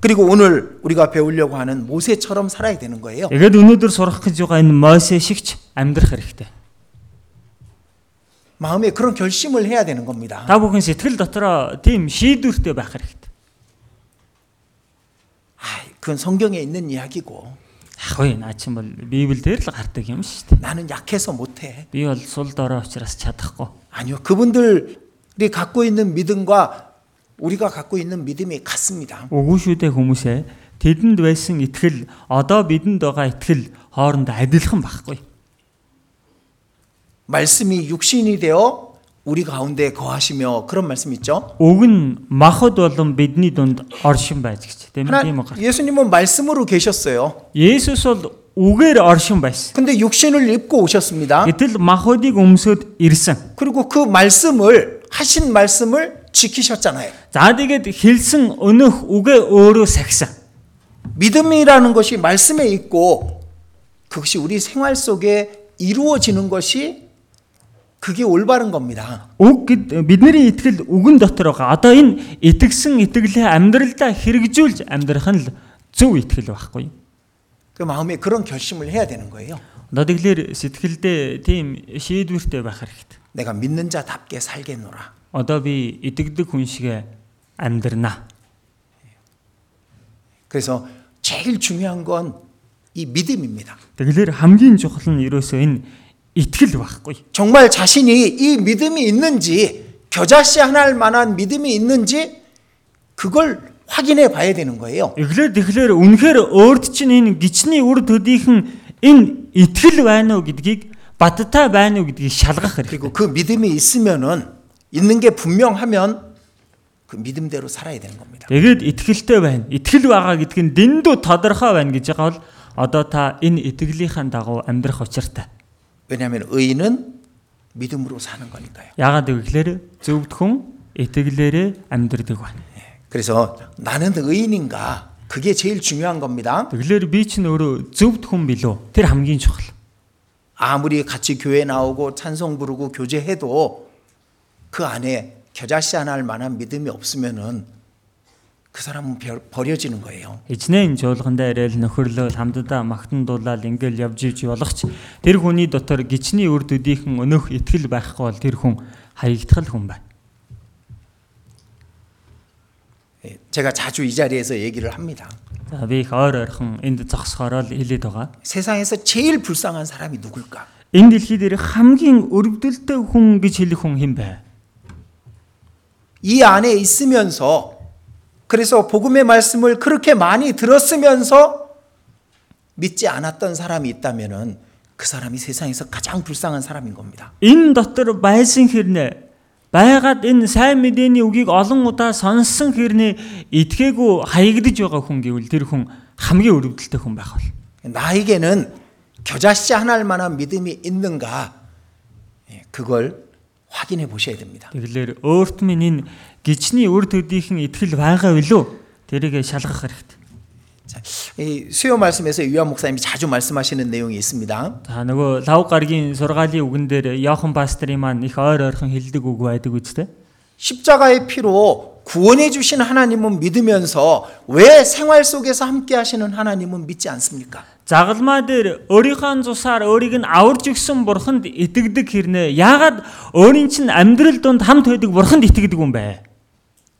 [SPEAKER 1] 그리고 오늘 우리가 배우려고 하는 모세처럼 살아야 되는 거예요.
[SPEAKER 2] Тэгээд өнөөдөр сурах гэж байгаа энэ Мойсе шигч амьдрах хэрэгтэй.
[SPEAKER 1] 마음에 그런 결심을 해야 되는 겁니다.
[SPEAKER 2] Та бүхэн сэтгэл дотроо тийм шийдвэртэй байх хэрэгтэй.
[SPEAKER 1] 아, 그건 성경에 있는 이야기고
[SPEAKER 2] Ах вэ, наа чинь бол Библиэлд л гардаг юм шүү дээ.
[SPEAKER 1] 나는 약해서 못해.
[SPEAKER 2] Би бол сул дорой учраас чадахгүй.
[SPEAKER 1] 아니요. 그분들이 갖고 있는 믿음과 우리가 갖고 있는 믿음이 같습니다.
[SPEAKER 2] Үгүй шүү дээ хүмүүсээ. Тэдэнд байсан итгэл одоо бидэнд байгаа итгэл хооронд адилхан байхгүй.
[SPEAKER 1] 말씀이 육신이 되어 우리 가운데 거하시며 그런 말씀 있죠.
[SPEAKER 2] Үг нь махад болон бидний дунд оршин байж гэж тийм
[SPEAKER 1] 하나,
[SPEAKER 2] тийм гарч.
[SPEAKER 1] 예수님은 말씀으로 계셨어요.
[SPEAKER 2] Есүс бол үгээр оршин байсан.
[SPEAKER 1] 근데 육신을 입고 오셨습니다.
[SPEAKER 2] Гэтэл махуудыг өмсөд ирсэн.
[SPEAKER 1] 그리고 그 말씀을 하신 말씀을 지키셨잖아요.
[SPEAKER 2] За тэгээд хэлсэн өнөх үгээ өөрөө сахисан.
[SPEAKER 1] 믿음이라는 것이 말씀에 있고 그것이 우리 생활 속에 이루어지는 것이 그게 올바른 겁니다.
[SPEAKER 2] Үг гэд бидний итгэл үгэн дотор байгаа. Одоо энэ итгэсэн итгэлээ амьдралдаа хэрэгжүүлж амьдрах нь л зөв итгэл байхгүй.
[SPEAKER 1] 그 마음에 그런 결심을 해야 되는 거예요.
[SPEAKER 2] Одоо тэгэлэр сэтгэлдээ тийм шийдвэртэй байх хэрэгтэй.
[SPEAKER 1] 내가 믿는 자답게 살겠노라.
[SPEAKER 2] Одоо би итгэдэг хүн шиг амьдрнаа.
[SPEAKER 1] 그래서 제일 중요한 건 이 믿음입니다.
[SPEAKER 2] Тэгэлэр хамгийн чухал нь ерөөсөө энэ итгэл байхгүй.
[SPEAKER 1] 정말 자신이 이 믿음이 있는지 겨자씨 하나 할 만한 믿음이 있는지 그걸 확인해 봐야 되는 거예요.
[SPEAKER 2] Эглээд тэгэхээр үнэхээр өөрт чинь энэ гичний үр төдийхөн энэ итгэл байна уу гэдгийг баттаа байна уу гэдгийг шалгах хэрэгтэй.
[SPEAKER 1] 그리고 그 믿음이 있으면은 있는 게 분명하면 그 믿음대로 살아야 되는 겁니다.
[SPEAKER 2] Тэгээд итгэлтэй байна. Итгэл байгаа гэдг нь дэндүү тодорхой байна гэж байгаа бол одоо та энэ итгэлийнхаа дагуу амьдрах учиртай.
[SPEAKER 1] 왜냐하면 의인은 믿음으로 사는 거니까요.
[SPEAKER 2] Яагаад гэвэл зөвд хүн итгэлээрээ амьдрдаг байна.
[SPEAKER 1] 그래서 나는 의인인가 그게 제일 중요한 겁니다.
[SPEAKER 2] Тэгэлэр би ч нөөрэ зөвд хүн билүү. Тэр хамгийн чухал.
[SPEAKER 1] 아무리 같이 교회 나오고 찬송 부르고 교제해도 그 안에 겨자씨 하나 할 만한 믿음이 없으면은 그 사람은 벼- 버려지는 거예요.
[SPEAKER 2] Эзнээ энэ чуулгандаа ирээл нөхөрлөөл хамтдаа магтан дуулаад ингээл явж ивж болох ч тэр хүний дотор гичний үр төдийхөн өнөөх итгэл байхгүй бол тэр хүн хаягдтал хүн байна.
[SPEAKER 1] 예, 제가 자주 이 자리에서 얘기를 합니다.
[SPEAKER 2] За би их ойр ойрхон энд зогсохороо л хэлээд байгаа.
[SPEAKER 1] 세상에서 제일 불쌍한 사람이 누굴까?
[SPEAKER 2] Энэ дэлхий дээр хамгийн өрөвдөлттэй хүн гэж хэлэх хүн хэн бэ?
[SPEAKER 1] 이 안에 있으면서 그래서 복음의 말씀을 그렇게 많이 들었으면서 믿지 않았던 사람이 있다면은 그 사람이 세상에서 가장 불쌍한 사람인 겁니다.
[SPEAKER 2] Энэ дотор байсан хэрнээ байгаад энэ сайн мэдээний үгийг олон удаа сонссон хэрнээ итгээгүй хаягдж байгаа хүн гэвэл тэр хүн хамгийн өрөвдөлттэй хүн байх бол.
[SPEAKER 1] 나에게는 겨자씨 하나 할 만한 믿음이 있는가? 예, 그걸 확인해 보셔야 됩니다.
[SPEAKER 2] Тэгэлэр өөрт минь энэ гичний үр төдийхөн ихтгэл байгаа билүү? Тэрийг шалгах хэрэгтэй.
[SPEAKER 1] 자, 이 수요 말씀에서 유한 목사님이 자주 말씀하시는 내용이 있습니다.
[SPEAKER 2] За нөгөө лав гаргийн сургаалын үгэн дээр Йохан пастрын маань их ойр ойрхон хэлдэг үг байдаг үсттэй.
[SPEAKER 1] 십자가의 피로 구원해 주신 하나님은 믿으면서 왜 생활 속에서 함께 하시는 하나님은 믿지 않습니까?
[SPEAKER 2] Загалмаа дээр өөрийнхөө зусаар өөрийг нь аварж өгсөн бурханд итгэдэг хэрнээ яагаад өөрийн чинь амьдрал донд хамт байдаг бурханд итгэдэг юм бэ?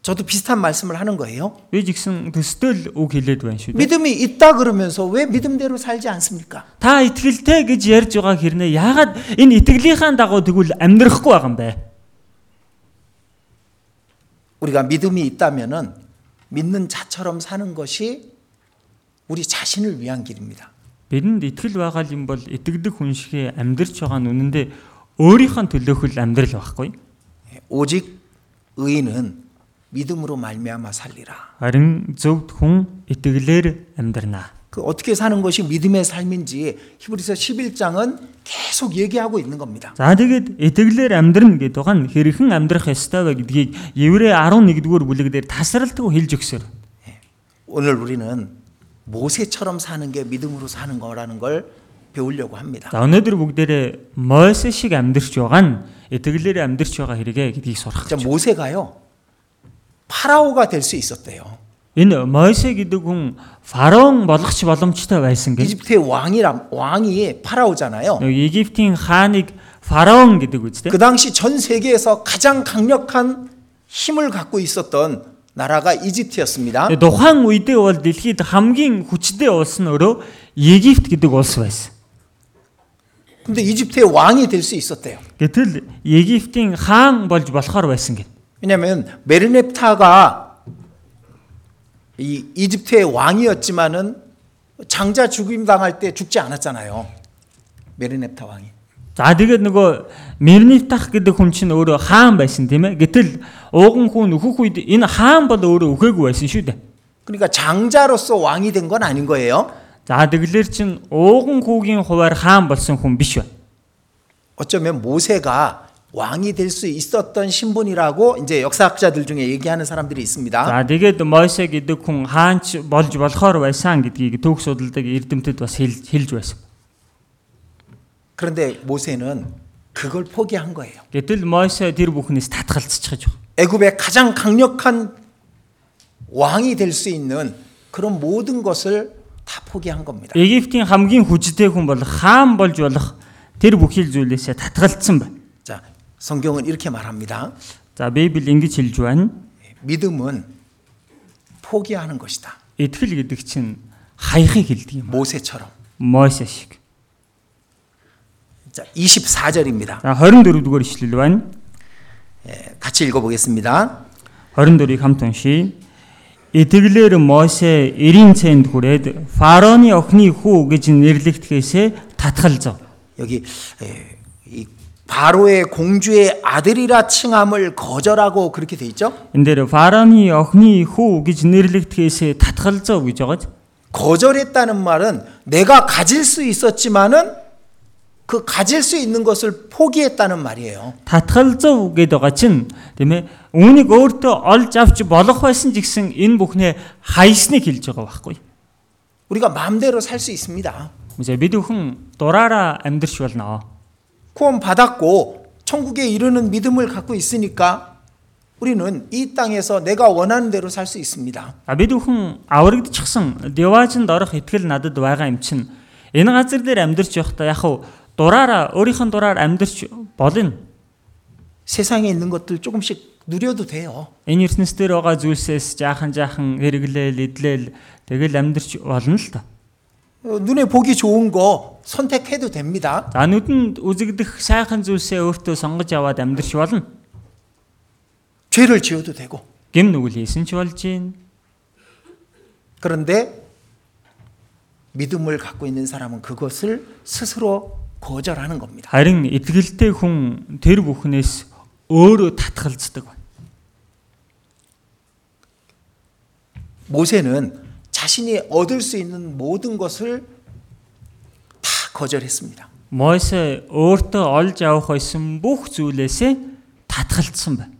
[SPEAKER 1] 저도 비슷한 말씀을 하는 거예요.
[SPEAKER 2] Би жигсэн төстөл үг хэлээд байна шүү дээ.
[SPEAKER 1] 믿음이 있다 그러면서 왜 믿음대로 살지 않습니까?
[SPEAKER 2] Та итгэлтэй гэж ярьж байгаа хэрнээ яагаад энэ итгэлийнхаа дагуу тэгвэл амьдрахгүй байгаа юм бэ?
[SPEAKER 1] 우리가 믿음이 있다면은 믿는 자처럼 사는 것이 우리 자신을 위한 길입니다.
[SPEAKER 2] Бидэнд итгэл байгаа юм бол итгэдэг хүн шигэ амьдрч байгаа нь үнэндээ өөрийнхөө төлөөх л амьдрал байхгүй.
[SPEAKER 1] 예, 오직 의인은 믿음으로 말미암아 살리라.
[SPEAKER 2] Харин зөвд хүн итгэлээр амьдрнаа.
[SPEAKER 1] 그 어떻게 사는 것이 믿음의 삶인지 히브리서 11장은 계속 얘기하고 있는 겁니다.
[SPEAKER 2] За тэгээд итгэлээр амьдрна гэдэг тухайн хэрхэн амьдрах ёстой вэ гэдгийг Еврэ 11-р бүлэг дээр тасралтгүй хэлж өгсөөр.
[SPEAKER 1] 오늘 우리는 모세처럼 사는 게 믿음으로 사는 거라는 걸 배우려고 합니다.
[SPEAKER 2] За өнөөдөр бүгдээрээ Мойсе шиг амьдрч байгаа нь итгэлээр амьдрч байгаа хэрэгэ гэдгийг сурах.
[SPEAKER 1] 진짜
[SPEAKER 2] гэж.
[SPEAKER 1] 모세가요 파라오가 될 수 있었대요.
[SPEAKER 2] Энэ Мойсе гэдэг хүн фараон болгоч боломжтой байсан гэж
[SPEAKER 1] 이집트의 왕이란 왕이 파라오잖아요.
[SPEAKER 2] Нөгөө Египтийн хааныг фараон гэдэг үстэй.
[SPEAKER 1] 그 당시 전 세계에서 가장 강력한 힘을 갖고 있었던 나라가 이집트였습니다.
[SPEAKER 2] Тэгээ Тухайн үедээ бол дэлхийд хамгийн хүчтэй улс нь өөрөө Египт гэдэг улс байсан.
[SPEAKER 1] 근데 이집트의 왕이 될 수 있었대요.
[SPEAKER 2] Гэтэл Египтийн хаан болж болохоор байсан гэв.
[SPEAKER 1] 왜냐하면 메르넵타가 이 이집트의 왕이었지만은 장자 죽임 당할 때 죽지 않았잖아요. 메르넵타 왕이.
[SPEAKER 2] За тэгээд нөгөө Мернитах гэдэг хүн чинь өөрөө хаан байсан тийм ээ. Гэтэл ууган хүн өөхөх үед энэ хаан бол өөрөө өгөөгүй байсан шүү дээ.
[SPEAKER 1] 그러니까 장자로서 왕이 된 건 아닌 거예요.
[SPEAKER 2] За тэгэлэр чинь ууган хүүгийн хуваар хаан болсон хүн биш байна.
[SPEAKER 1] 어쩌면 모세가 왕이 될 수 있었던 신분이라고 이제 역사학자들 중에 얘기하는 사람들이 있습니다.
[SPEAKER 2] За тэгээд Мойсе гэдэг хүн хаанч болж болохоор байсан гэдгийг төөх судалдаг эрдэмтэд бас хэлж хэлж байсан.
[SPEAKER 1] 그런데 모세는 그걸 포기한 거예요.
[SPEAKER 2] Гэтэл Мойсе тэр бүхнээс татгалцчихж байна.
[SPEAKER 1] 애굽의 가장 강력한 왕이 될 수 있는 그런 모든 것을 다 포기한 겁니다.
[SPEAKER 2] Египтийн хамгийн хүчтэй хүн бол хаан болж болох тэр бүхэл зүйлээсээ татгалцсан байна.
[SPEAKER 1] 자, 성경은 이렇게 말합니다.
[SPEAKER 2] За Библи ингэж хэлж байна.
[SPEAKER 1] 믿음은 포기하는 것이다.
[SPEAKER 2] Итгэл гэдэг чинь хаяхыг хэлдэг юм.
[SPEAKER 1] 모세처럼.
[SPEAKER 2] Мойсе шиг.
[SPEAKER 1] 자, 24절입니다.
[SPEAKER 2] За 24 дугаар ишлэл байна.
[SPEAKER 1] 같이 읽어보겠습니다.
[SPEAKER 2] 24-ийг хамт уншийе. Итгэлээр Мосе 90 цент хүрээд фараоны охины хүү гэж нэрлэгдэхээсээ татгалзав.
[SPEAKER 1] 여기 예, 이 바로의 공주의 아들이라 칭함을 거절하고 그렇게 돼 있죠?
[SPEAKER 2] Энд дээр фараоны охины хүү гэж нэрлэгдэхээсээ татгалзав гэж байгааж.
[SPEAKER 1] 거절했다는 말은 내가 가질 수 있었지만은 그 가질 수 있는 것을 포기했다는 말이에요.
[SPEAKER 2] Татгалзав гэдэг байгаа чинь тийм ээ үүнийг өөртөө олж авч болох байсан ч гэсэн энэ бүхнээ хайсныг хэлж байгаа байхгүй.
[SPEAKER 1] 우리가 마음대로 살 수 있습니다.
[SPEAKER 2] Мөсөө бид бүхэн дураараа амьдрч болно.
[SPEAKER 1] 구원 받았고 천국에 이르는 믿음을 갖고 있으니까 우리는 이 땅에서 내가 원하는 대로 살 수 있습니다.
[SPEAKER 2] А бид бүхэн аврагдчихсан деважинд орох итгэл надад байгаа юм чинь энэ газар дээр амьдарч явахдаа яг уу дураараа өөрийнх нь дураар амьдарч болно.
[SPEAKER 1] 세상에 있는 것들 조금씩 누려도 돼요.
[SPEAKER 2] Энэ ертөнц дээр байгаа зүйлсээс жаахан жаахан хэрэглээл, эдлээл тэгэл амьдарч болно л та.
[SPEAKER 1] 어, 눈에 보기 좋은 거 선택해도 됩니다.
[SPEAKER 2] За нүдэнд үзэгдэх сайхан зүйлсээ өөртөө сонгож аваад амьдарч болно.
[SPEAKER 1] 죄를 지어도 되고.
[SPEAKER 2] Гим нүгэл хийсэн ч болж юм.
[SPEAKER 1] 그런데 믿음을 갖고 있는 사람은 그것을 스스로 거절하는 겁니다.
[SPEAKER 2] Харин итгэлтэй хүн тэр бүхнээс өөрөө татгалздаг байна.
[SPEAKER 1] 모세는 자신이 얻을 수 있는 모든 것을 다 거절했습니다.
[SPEAKER 2] Мойсе өөртөө олж авах байсан бүх зүйлээсээ татгалцсан байна.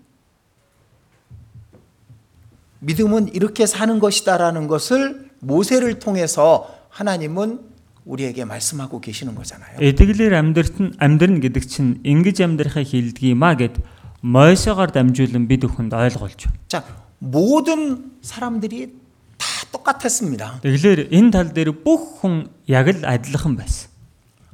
[SPEAKER 1] 믿음은 이렇게 사는 것이다라는 것을 모세를 통해서 하나님은 우리에게 말씀하고 계시는 거잖아요.
[SPEAKER 2] Итгэлээр амьдрт нь амьдрна гэдэг чинь ингэж амьдрахыг хилдэг юм а гэд Мойсегаар дамжуулан бид бүхэнд ойлгуулж байна.
[SPEAKER 1] 자, 모든 사람들이 다 똑같았습니다.
[SPEAKER 2] Тэгэлэр энэ тал дээр бүх хүн яг л адилхан байсан.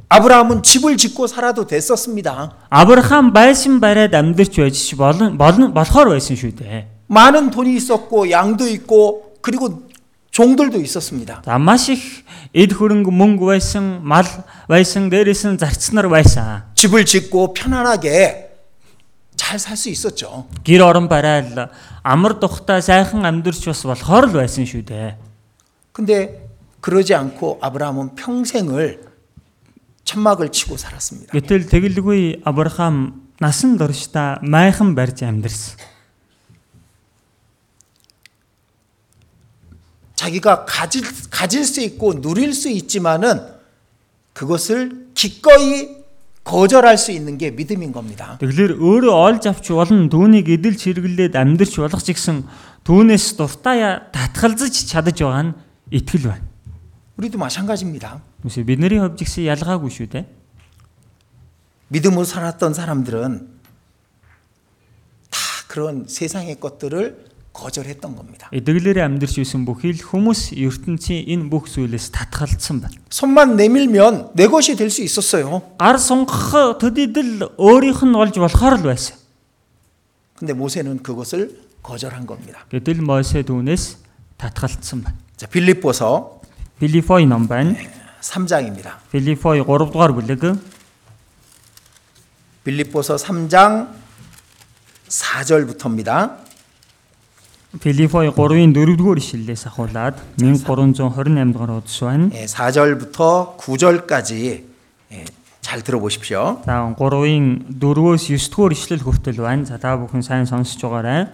[SPEAKER 1] 아브라함은 집을 짓고 살아도 됐었습니다.
[SPEAKER 2] Авраам байшин бариад амьдарч байж ч болон болно болохоор байсан шүү дээ.
[SPEAKER 1] 많은 돈이 있었고 양도 있고 그리고 종들도 있었습니다.
[SPEAKER 2] За маш их эд хөрөнгө мөнгө байсан, мал байсан, дээрээс нь зарц нар байсан.
[SPEAKER 1] 집을 짓고 편안하게 잘 살 수 있었죠.
[SPEAKER 2] Гэр орон барайл амар тухтай сайхан амьдарч бас болохоор л байсан шүү дээ.
[SPEAKER 1] 근데 그러지 않고 아브라함은 평생을 천막을 치고 살았습니다.
[SPEAKER 2] Гэтэл тэгэлгүй Авраам насан дорштой майхан барьж амьдэрсэн.
[SPEAKER 1] 자기가 가질 가질 수 있고 누릴 수 있지만은 그것을 기꺼이 거절할 수 있는 게 믿음인 겁니다.
[SPEAKER 2] Тэгэлэр өөрөө олж авч болон түүнийг эдэлж хэрэглээд амьдарч болох ч гэсэн түүнээс дуртай татгалзаж чадаж байгаа нь итгэл байна.
[SPEAKER 1] 우리도 마찬가지입니다.
[SPEAKER 2] Үгүй ээ, бидний хувьд ч гэсэн ялгаагүй шүү дээ.
[SPEAKER 1] 믿음으로 살았던 사람들은 다 그런 세상의 것들을 거절했던 겁니다.
[SPEAKER 2] Эдгэлээрээ амьдарч исэн бүхий л хүмүүс ертөнцийн энэ бүх зүйлээс татгалцсан байна.
[SPEAKER 1] 손만 내밀면 내 것이 될 수 있었어요.
[SPEAKER 2] Гар сунгах төдийдл өөрийнх нь олж болохоор л байсан.
[SPEAKER 1] 근데 모세는 그것을 거절한 겁니다.
[SPEAKER 2] Гэтэл Мойсе түүнээс татгалцсан байна.
[SPEAKER 1] 자, 빌립보서 네,
[SPEAKER 2] Филиппой ном байна.
[SPEAKER 1] 3장입니다.
[SPEAKER 2] Филиппой 3 дугаар бүлэг.
[SPEAKER 1] 빌립보서 3장 4절부터입니다.
[SPEAKER 2] Филиппой 3-ын 4-р ишлэлээс ахуулаад 1328 дугаар удас байна.
[SPEAKER 1] 예, 4절부터 9절까지 예, 잘 들어보십시오.
[SPEAKER 2] За 3-ын 4-өөс 9-р ишлэл хүртэл байна. За та бүхэн сайн сонсож байгаарай.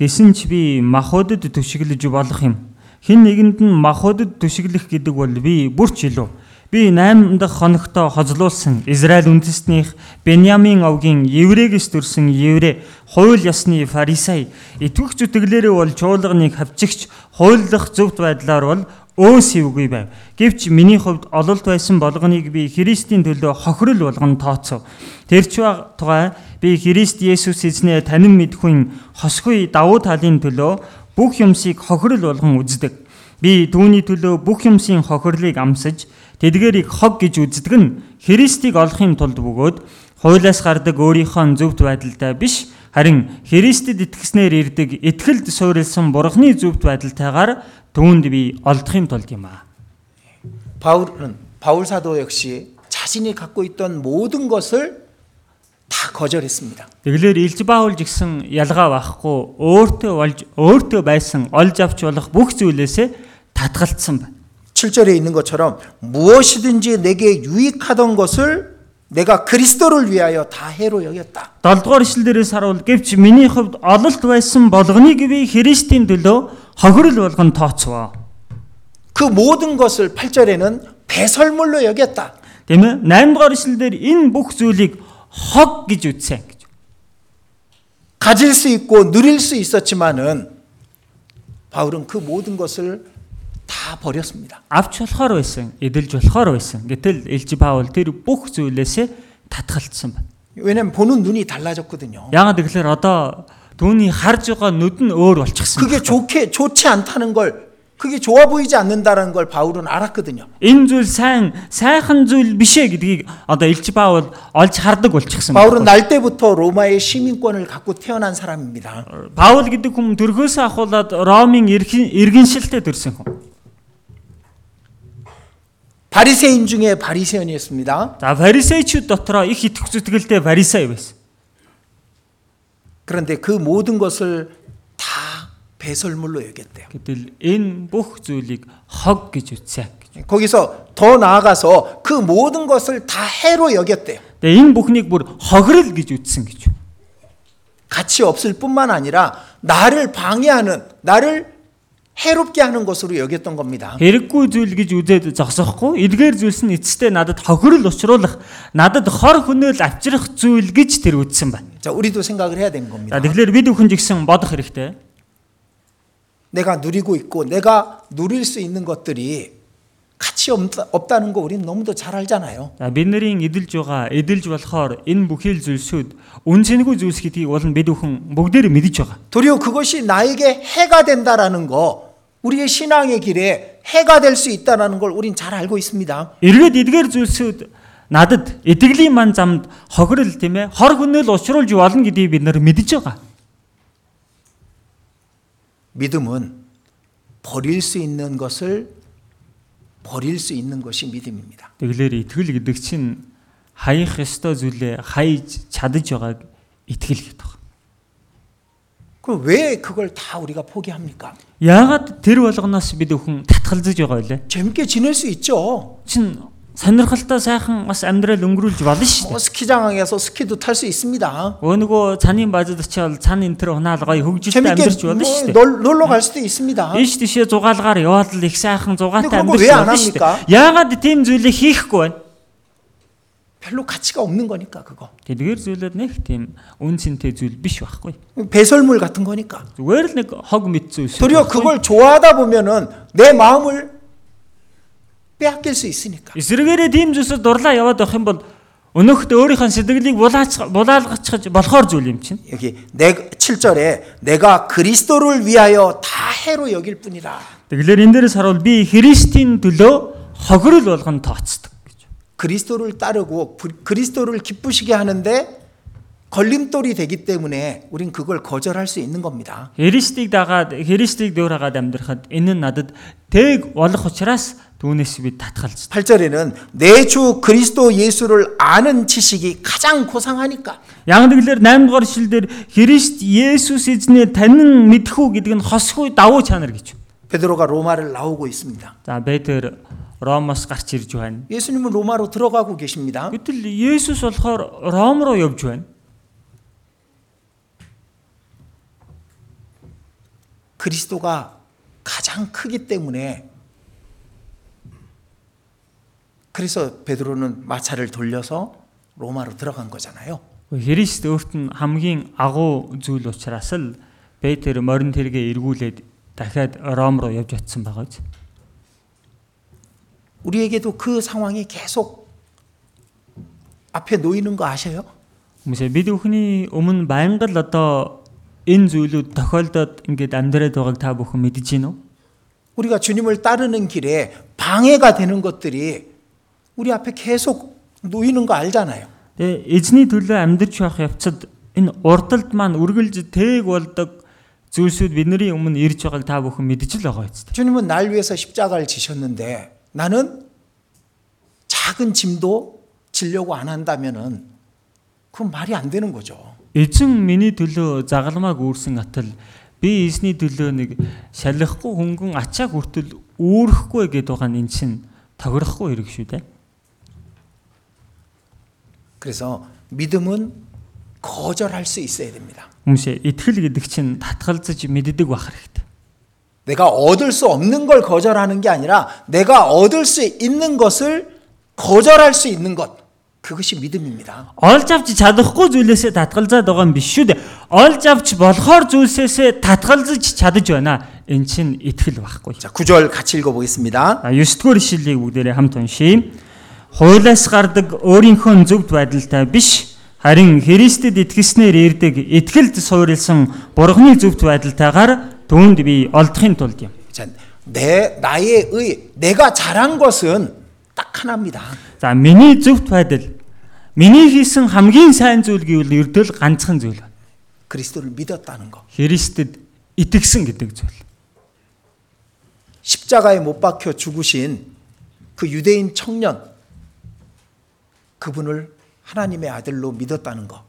[SPEAKER 2] Гэсэн ч би махуудад төшиглэж болох юм. Хин нэгэнд нь махуудад төшиглэх гэдэг бол би бүрч илүү. Би 8 дахь хоногтоо хозлуулсан Израиль үндэстнийх Беньямин овгийн еврейгээс төрсэн еврей, хууль ёсны фарисей, итгэх зүтгэлээрээ бол чуулганыг хавчигч, хуйлах зөвхт байдлаар бол өөсөвгүй байв. Гэвч миний хувьд ололт байсан болгоныг би Христийн төлөө хохирол болгон тооцов. Тэр ч ба- тугай би Христ Есүс эзнээ танин мэдхүйн хосгүй давуу талын төлөө бүх юмсыг хохирол болгон үздэг. Би түүний төлөө бүх юмсийн хохирлыг амсаж тэдгэрийг хог гэж үздэг нь Христийг олохын тулд бөгөөд хуйлаас гардаг өөрийнхөө нь зөвд байдалтай биш харин Христэд итгэснээр ирдэг итгэлд суурилсан бурхны зөвд байдалтайгаар түүнд би олдохын тулд юм аа.
[SPEAKER 1] 바울은 바울 사도 역시 자신이 갖고 있던 모든 것을 다 거절했습니다.
[SPEAKER 2] Тэглэр Илж Баул жигсэн ялгаа байхгүй өөртөө болж өөртөө байсан олж авч болох бүх зүйлээсээ татгалцсан байна.
[SPEAKER 1] 7절에 있는 것처럼 무엇이든지 내게 유익하던 것을 내가 그리스도를 위하여 다 해로 여겼다.
[SPEAKER 2] 7 дугаар ишлэл дээрээс харуул гэвч миний хувьд ололт байсан болгоныг би Христийн төлөө хохирол болгон тооцвоо.
[SPEAKER 1] 그 모든 것을 8절에는 배설물로 여겼다.
[SPEAKER 2] Тийм ээ 8 дугаар ишлэл дээр энэ бүх зүйлийг хог гэж үтсэн гэж.
[SPEAKER 1] 가질 수 있고 누릴 수 있었지만은 바울은 그 모든 것을 다 버렸습니다.
[SPEAKER 2] Авч болохоор байсан, эдэлж болохоор байсан. Гэтэл Илж Баул тэр бүх зүйлээсээ татгалцсан байна.
[SPEAKER 1] 왜냐면 보는 눈이 달라졌거든요.
[SPEAKER 2] Яагаад тэгэхээр одоо түүний харж байгаа нүд нь өөр болчихсон.
[SPEAKER 1] 그게 좋게 좋지 않다는 걸 그게 좋아 보이지 않는다라는 걸 바울은 알았거든요.
[SPEAKER 2] Энэ зүйл сайн сайхан зүйл биш ээ гэдгийг одоо Илж Баул олж хардаг болчихсон.
[SPEAKER 1] 바울은 날 때부터 로마의 시민권을 갖고 태어난 사람입니다.
[SPEAKER 2] Паул гэдэг хүн төрхөөсөө ахуулаад Ромын иргэн- иргэншилтэд төрсэн хүн.
[SPEAKER 1] 바리새인 중에 바리새인이었습니다.
[SPEAKER 2] За фарисеучуд дотроо их итгэх зүтгэлтэй фарисей байсан.
[SPEAKER 1] 그런데 그 모든 것을 다 배설물로 여겼대요.
[SPEAKER 2] Гэтэл энэ бүх зүйлийг хог гэж үтсэн.
[SPEAKER 1] 거기서 더 나아가서 그 모든 것을 다 해로 여겼대요.
[SPEAKER 2] Тэгээ энэ бүхнийг бүр хогрол гэж үтсэн гэж.
[SPEAKER 1] 가치 없을 뿐만 아니라 나를 방해하는 나를 해롭게 하는 것으로 여겼던 겁니다.
[SPEAKER 2] Хэрэггүй зүйл гэж үзээд зогсохгүй, эдгээр зүйлс нь эцэстээ надад хогрол учруулах, надад хор хөнөөл авчрах зүйл гэж тэр үтсэн байна.
[SPEAKER 1] 자, 우리도 생각을 해야 되는 겁니다.
[SPEAKER 2] За тэгэхээр бид бүхэн жигсэн бодох хэрэгтэй.
[SPEAKER 1] 내가 누리고 있고 내가 누릴 수 있는 것들이 가치 없다, 없다는 거 우리는 너무도 잘 알잖아요.
[SPEAKER 2] За бид нарын эдэлж байгаа эдэлж болохоор энэ бүхэл зүйлсүүд үн цэнэгүй зүйлс гэдгийг бол бид бүхэн бүгдээр мэдж байгаа.
[SPEAKER 1] 도리어 그것이 나에게 해가 된다라는 거 우리의 신앙의 길에 해가 될 수 있다라는 걸 우린 잘 알고 있습니다.
[SPEAKER 2] Эргээд эдгээр зүйлсүүд надад эдгэлийн ман замд хохирол тийм ээ хор хөнөөл учруулж болно гэдгийг бид нар мэдж байгаа.
[SPEAKER 1] 믿음은 버릴 수 있는 것을 버릴 수 있는 것이 믿음입니다.
[SPEAKER 2] Тэглэр итгэл гэдэг чинь хаях ёстой зүйлээ хаяж чадаж байгааг итгэл гэдэг байна.
[SPEAKER 1] 그럼 왜 그걸 다 우리가 포기합니까?
[SPEAKER 2] Яагаад тэр болгоноос бид бүхэн татгалзаж байгаа вэ?
[SPEAKER 1] 재밌게 지낼 수 있죠.
[SPEAKER 2] Чин сонирхолтой сайхан бас амьдрал өнгөрүүлж болно шүү дээ.
[SPEAKER 1] 뭐 스키장에서 스키도 탈 수 있습니다.
[SPEAKER 2] Өөнийгөө цанын базад очивол цан энэ төр унаал гоё хөгжилтэй
[SPEAKER 1] 재밌게
[SPEAKER 2] амьдарч болно
[SPEAKER 1] 뭐
[SPEAKER 2] шүү дээ.
[SPEAKER 1] 놀, 놀러 갈 수도 있습니다.
[SPEAKER 2] Иш тишээ зугаалгаар яваад л их сайхан зугаатай
[SPEAKER 1] Нэг
[SPEAKER 2] амьдарч
[SPEAKER 1] хөнгөө
[SPEAKER 2] болно шүү
[SPEAKER 1] яанаа
[SPEAKER 2] дээ. Яагаад тийм зүйлийг хийхгүй байна?
[SPEAKER 1] 별로 가치가 없는 거니까 그거.
[SPEAKER 2] Тэдгээр зүйлүүд нэг тийм үн цэнтэй зүйл биш байхгүй.
[SPEAKER 1] 배설물 같은 거니까.
[SPEAKER 2] Зүгээр л нэг хог мэд зүйл.
[SPEAKER 1] 도리어 그걸 좋아하다 보면은 내 마음을 빼앗길 수 있으니까.
[SPEAKER 2] эсрэгээрээ тийм зүйлсээр дурлаа яваад байх юм бол өнөөхд өөрийнхөө сэтгэлийг булаач булаалгачж болохоор зүйл юм чинь.
[SPEAKER 1] 여기 내 7절에 내가 그리스도를 위하여 다 해로 여길 뿐이라.
[SPEAKER 2] Тэгэлэр энэ дээрээс харуул би Христийн төлөө хогрол болгон тооцдог гэж.
[SPEAKER 1] 그리스도를 따르고 부- 그리스도를 기쁘시게 하는데 걸림돌이 되기 때문에 우린 그걸 거절할 수 있는 겁니다.
[SPEAKER 2] Христийг дагаад Христийг дөөрхаад амьдрахад энэ нь надад тэг болох учраас түүнээс би татгалздаг.
[SPEAKER 1] 8절에는 내 주 그리스도 예수를 아는 지식이 가장 고상하니까
[SPEAKER 2] Яг тэгэлэр 8 дугаар шилдэр Христ Есүс эзнээ танин мэдхүү гэдэг нь хосгүй давуу чанар гэж.
[SPEAKER 1] 베드로가 로마를 나오고 있습니다.
[SPEAKER 2] За Петр Ромоос гарч ирж байна.
[SPEAKER 1] 예수님은 로마로 들어가고 계십니다.
[SPEAKER 2] Гэтэл Есүс болохоор Ром руу явж байна.
[SPEAKER 1] 그리스도가 가장 크기 때문에 그래서 베드로는 마차를 돌려서 로마로 들어간 거잖아요.
[SPEAKER 2] Христ өөрт нь хамгийн агуу зүйл учраас л Петр морин тэргээ эргүүлээд дахиад Ром руу явж очсон байгаа биз.
[SPEAKER 1] 우리에게도 그 상황이 계속 앞에 놓이는 거 아셔요?
[SPEAKER 2] Хүмүүсээ бид бүхний өмнө байнга л одоо энэ зүйлүүд тохиолдоод ингээд амьдраад байгааг та бүхэн мэдэж байна уу?
[SPEAKER 1] 우리가 주님을 따르는 길에 방해가 되는 것들이 우리 앞에 계속 놓이는 거 알잖아요.
[SPEAKER 2] Тэгээ эзний төлөө амьдарч явах явцад энэ урдалд маань үргэлж тээг болдог зүйлсүүд бидний өмнө ирж байгааг та бүхэн мэдэж л байгаа биз.
[SPEAKER 1] 주님은 날 위해서 십자가를 지셨는데 나는 작은 짐도 지려고 안 한다면은 그건 말이 안 되는 거죠.
[SPEAKER 2] Эзэн миний төлөө загалмааг үүрсэн атал би эзний төлөө нэг шалихгүй хөнгөн ачааг хүртэл үүрэхгүй гэдээ байгаа нь эн чинь тохирохгүй хэрэг шүү дээ.
[SPEAKER 1] 그래서 믿음은 거절할 수 있어야 됩니다.
[SPEAKER 2] Хүмүүсээ итгэл гэдэг чинь татгалзаж мэддэг байх хэрэгтэй.
[SPEAKER 1] 내가 얻을 수 없는 걸 거절하는 게 아니라 내가 얻을 수 있는 것을 거절할 수 있는 것. 그것이 믿음입니다.
[SPEAKER 2] Олж авч чадахгүй зүйлээсээ татгалзаад байгаа юм биш шүү дээ. Олж авч болохоор зүйлсээсээ татгалзаж чадаж байна. Эн чинь итгэл байхгүй.
[SPEAKER 1] 자, 9절 같이 읽어 보겠습니다.
[SPEAKER 2] А 9-р ишлэлийг бүгдээрээ хамт уншийе. Хуйлаас гардаг өөрийнхөө зөвд байдалтай биш харин Христэд итгэснээр ирдэг итгэлд суурилсан Бурхны зөвд байдалтайгаар түүнд би олдохын тулд юм.
[SPEAKER 1] 자, 내 나의 의 내가 잘한 것은 딱 하나입니다.
[SPEAKER 2] За миний зөвд байдал миний хийсэн хамгийн сайн зүйл гэвэл ердөө л ганцхан зүйл байна.
[SPEAKER 1] 그리스도를 믿었다는 것.
[SPEAKER 2] Христэд итгэсэн гэдэг зүйл.
[SPEAKER 1] 십자가에 못 박혀 죽으신 그 유대인 청년 그분을 하나님의 아들로 믿었다는 것.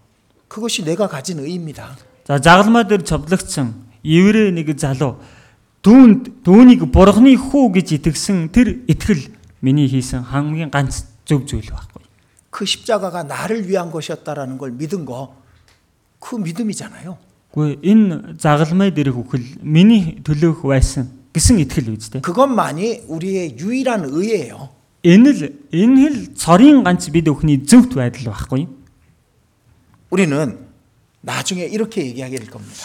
[SPEAKER 1] 그것이 내가 가진 의입니다.
[SPEAKER 2] За загалмаа дээр цовдлогдсон еврей нэг залуу түүнд түүнийг бурхны хүү гэж итгэсэн тэр итгэл миний хийсэн хамгийн ганц зөв зүйл байхгүй.
[SPEAKER 1] 그 십자가가 나를 위한 것이었다라는 걸 믿은 거. 그 믿음이잖아요.
[SPEAKER 2] Гэхдээ энэ загалмаа дээрх үхэл миний төлөөх байсан гэсэн итгэл үз тээ.
[SPEAKER 1] 그것만이 우리의 유일한 의예요.
[SPEAKER 2] Энэ л энэ л цорын ганц бид өхний зөвхт байдал байхгүй.
[SPEAKER 1] 우리는 나중에 이렇게 얘기하게 될 겁니다.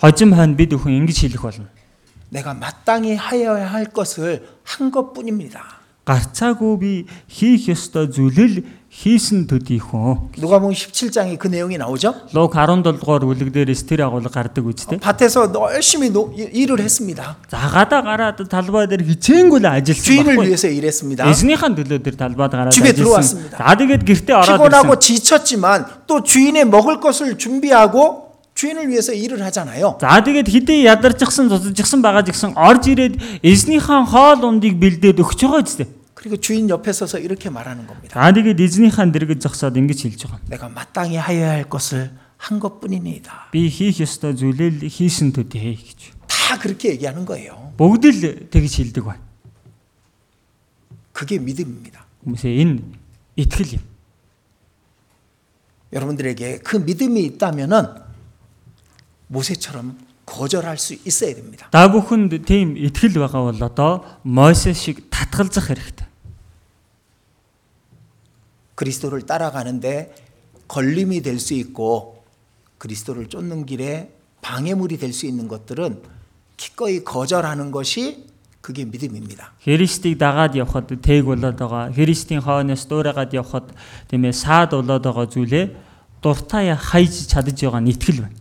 [SPEAKER 2] Хожим хойно бид өхөн ингэж хэлэх болно.
[SPEAKER 1] 내가 마땅히 하여야 할 것을 한 것뿐입니다.
[SPEAKER 2] Гарцаагүй би хийх ёстой зүйлэл хийсэн төдийхөө.
[SPEAKER 1] 누가복음 17장에 그 내용이 나오죠?
[SPEAKER 2] Луг 17 дугаар бүлэг дээрээс тэр агуулга гардаг үз тээ.
[SPEAKER 1] 밭에서 열심히 노- 일- 일을 했습니다.
[SPEAKER 2] За гадаа гараад талбай дээр хичээнгүй л ажилласан
[SPEAKER 1] 주인을
[SPEAKER 2] байхгүй.
[SPEAKER 1] 위해서 일했습니다.
[SPEAKER 2] Эзнийхэн төлөө тэр талбайд гараад
[SPEAKER 1] Живээ
[SPEAKER 2] ажилласан.
[SPEAKER 1] 들어왔습니다.
[SPEAKER 2] За тэгээд гэртээ ороод
[SPEAKER 1] 피곤하고
[SPEAKER 2] ирсэн.
[SPEAKER 1] 지쳤지만 또 주인의 먹을 것을 준비하고 주인을 위해서 일을 하잖아요.
[SPEAKER 2] За тэгээд хідээ ядарчихсан цуцчихсан байгаа гэсэн орж ирээд эзнийхэн хоол ундыг бэлдээд өгч байгаа ч дээ.
[SPEAKER 1] 그리고 주인 옆에 서서 이렇게 말하는 겁니다.
[SPEAKER 2] За тэгээд эзнийхэн дэрэгж зогсоод ингэж хэлж байгаа.
[SPEAKER 1] 내가 마땅히 하여야 할 것을 한 것뿐입니다.
[SPEAKER 2] Би хийх ёстой зүйлээ л хийсэн төдий гэж.
[SPEAKER 1] 다 그렇게 얘기하는 거예요.
[SPEAKER 2] Бүгд л тэгж хэлдэг байна.
[SPEAKER 1] 그게 믿음입니다.
[SPEAKER 2] Хүмүүсээ энэ итгэл юм.
[SPEAKER 1] 여러분들에게 그 믿음이 있다면은 모세처럼 거절할 수 있어야 됩니다.
[SPEAKER 2] Да бүхэнд тийм итгэл байгаа бол одоо Мойсе шиг татгалзах хэрэгтэй.
[SPEAKER 1] 그리스도를 따라가는데 걸림이 될 수 있고 그리스도를 쫓는 길에 방해물이 될 수 있는 것들은 기꺼이 거절하는 것이 그게 믿음입니다.
[SPEAKER 2] Христийг дагаад явхад тээг болоод байгаа. Христийн хойноос дуурайгаад явхад тийм ээ саад болоод байгаа зүйлээ дуртай хайж чадаж байгаа нь итгэл байна.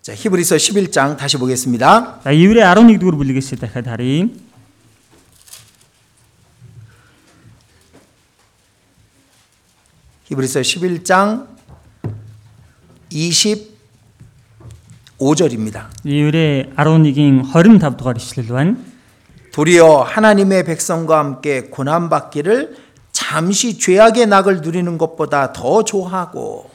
[SPEAKER 1] 자, 히브리서 11장 다시 보겠습니다.
[SPEAKER 2] За Еврэ 11-р бүлгээс дахиад харъя.
[SPEAKER 1] 히브리서 11장 25절입니다.
[SPEAKER 2] Еврэ 11-ийн 25 дугаар ишлэл байна.
[SPEAKER 1] 도리어 하나님의 백성과 함께 고난받기를 잠시 죄악의 낙을 누리는 것보다 더 좋아하고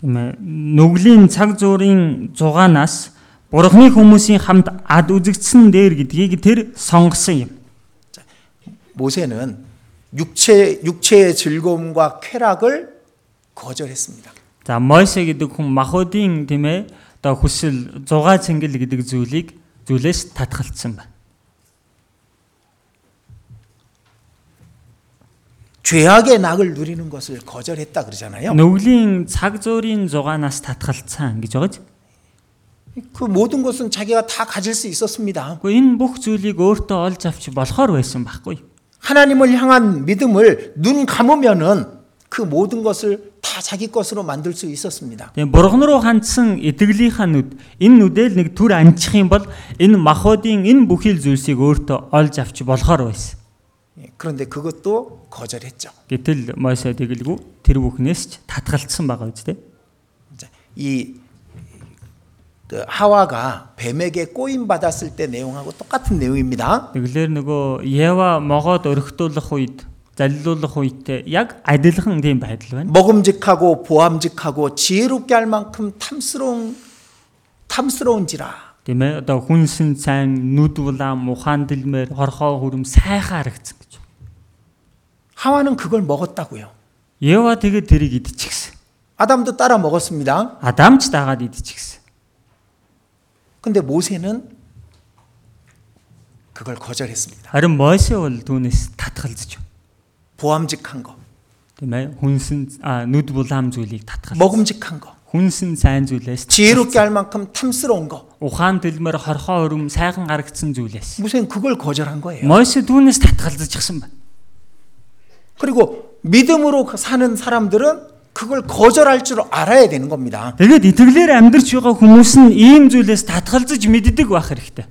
[SPEAKER 2] Тийм ээ нүглийн цаг зуурын зугаанаас бурхны хүмүүсийн хамт ад үзэгдсэн дээр гэдгийг тэр сонгосон юм.
[SPEAKER 1] 모세는 육체 육체의 즐거움과 쾌락을 거절했습니다.
[SPEAKER 2] За Мойсе гэдэг хүн махуудын тийм ээ одоо хүсэл зугаа цэнгэл гэдэг зүйлийг зүйлээс татгалцсан байна.
[SPEAKER 1] 죄악의 낙을 누리는 것을 거절했다 그러잖아요.
[SPEAKER 2] Нүглийн цаг зуурын зугаанаас татгалцсан гэж байгааж.
[SPEAKER 1] 그 모든 것은 자기가 다 가질 수 있었습니다.
[SPEAKER 2] Гэхдээ энэ бүх зүйлийг өөртөө олж авч болохоор байсан байхгүй.
[SPEAKER 1] 하나님을 향한 믿음을 눈 감으면은 그 모든 것을 다 자기 것으로 만들 수 있었습니다.
[SPEAKER 2] Тэгээ бурхан руу хандсан итгэлийнхаа нүд энэ нүдэл нэг төр анчих юм бол энэ махуудын энэ бүхэл зүйлсийг өөртөө олж авч болохоор байсан.
[SPEAKER 1] 예, 그런데 그것도 거절했죠.
[SPEAKER 2] Гэтэл Мойсед эгэлгүй тэр бүхнээс ч татгалцсан байгаа үст тэ.
[SPEAKER 1] 이제 이그 하와가 뱀에게 꼬임 받았을 때 내용하고 똑같은 내용입니다.
[SPEAKER 2] Тэглэр нөгөө Ева могоод өргөтүүлэх үед залилуулах үед яг адилхан тийм байдал байна.
[SPEAKER 1] 먹음직하고 보암직하고 지혜롭게 할 만큼 탐스러운 탐스러운지라
[SPEAKER 2] Тийм ээ одоо хүнсэн цайн нүд улаан ухаан дэлмээр хорхоо хүрм сайхан харагдсан гэж.
[SPEAKER 1] 하와는 그걸 먹었다고요.
[SPEAKER 2] Ева тэгээд тэрийг идчихсэн.
[SPEAKER 1] 아담도 따라 먹었습니다.
[SPEAKER 2] Адам ч дагаад идчихсэн.
[SPEAKER 1] 근데 모세는 그걸 거절했습니다.
[SPEAKER 2] Харин Мойсе бол түүнээс татгалзаж.
[SPEAKER 1] 보암직한 거,
[SPEAKER 2] Тийм ээ хүнсэн а, нүд улаан зүйлийг татгал.
[SPEAKER 1] 먹음직한 거,
[SPEAKER 2] Хүнсэн цайн зүйлээс
[SPEAKER 1] 지혜롭게 할 만큼 탐스러운 거.
[SPEAKER 2] ухаан дэлмээр хорхоо өрөм сайхан гарагдсан зүйлээс.
[SPEAKER 1] 모세는 그걸 거절한 거예요.
[SPEAKER 2] Мойсе түүнээс татгалзажсэн байна.
[SPEAKER 1] 그리고 믿음으로 사는 사람들은 그걸 거절할 줄 알아야 되는 겁니다.
[SPEAKER 2] Тэгээд итгэлээр амьдрч байгаа хүмүүс нь ийм зүйлээс татгалзаж мэддэг байх хэрэгтэй.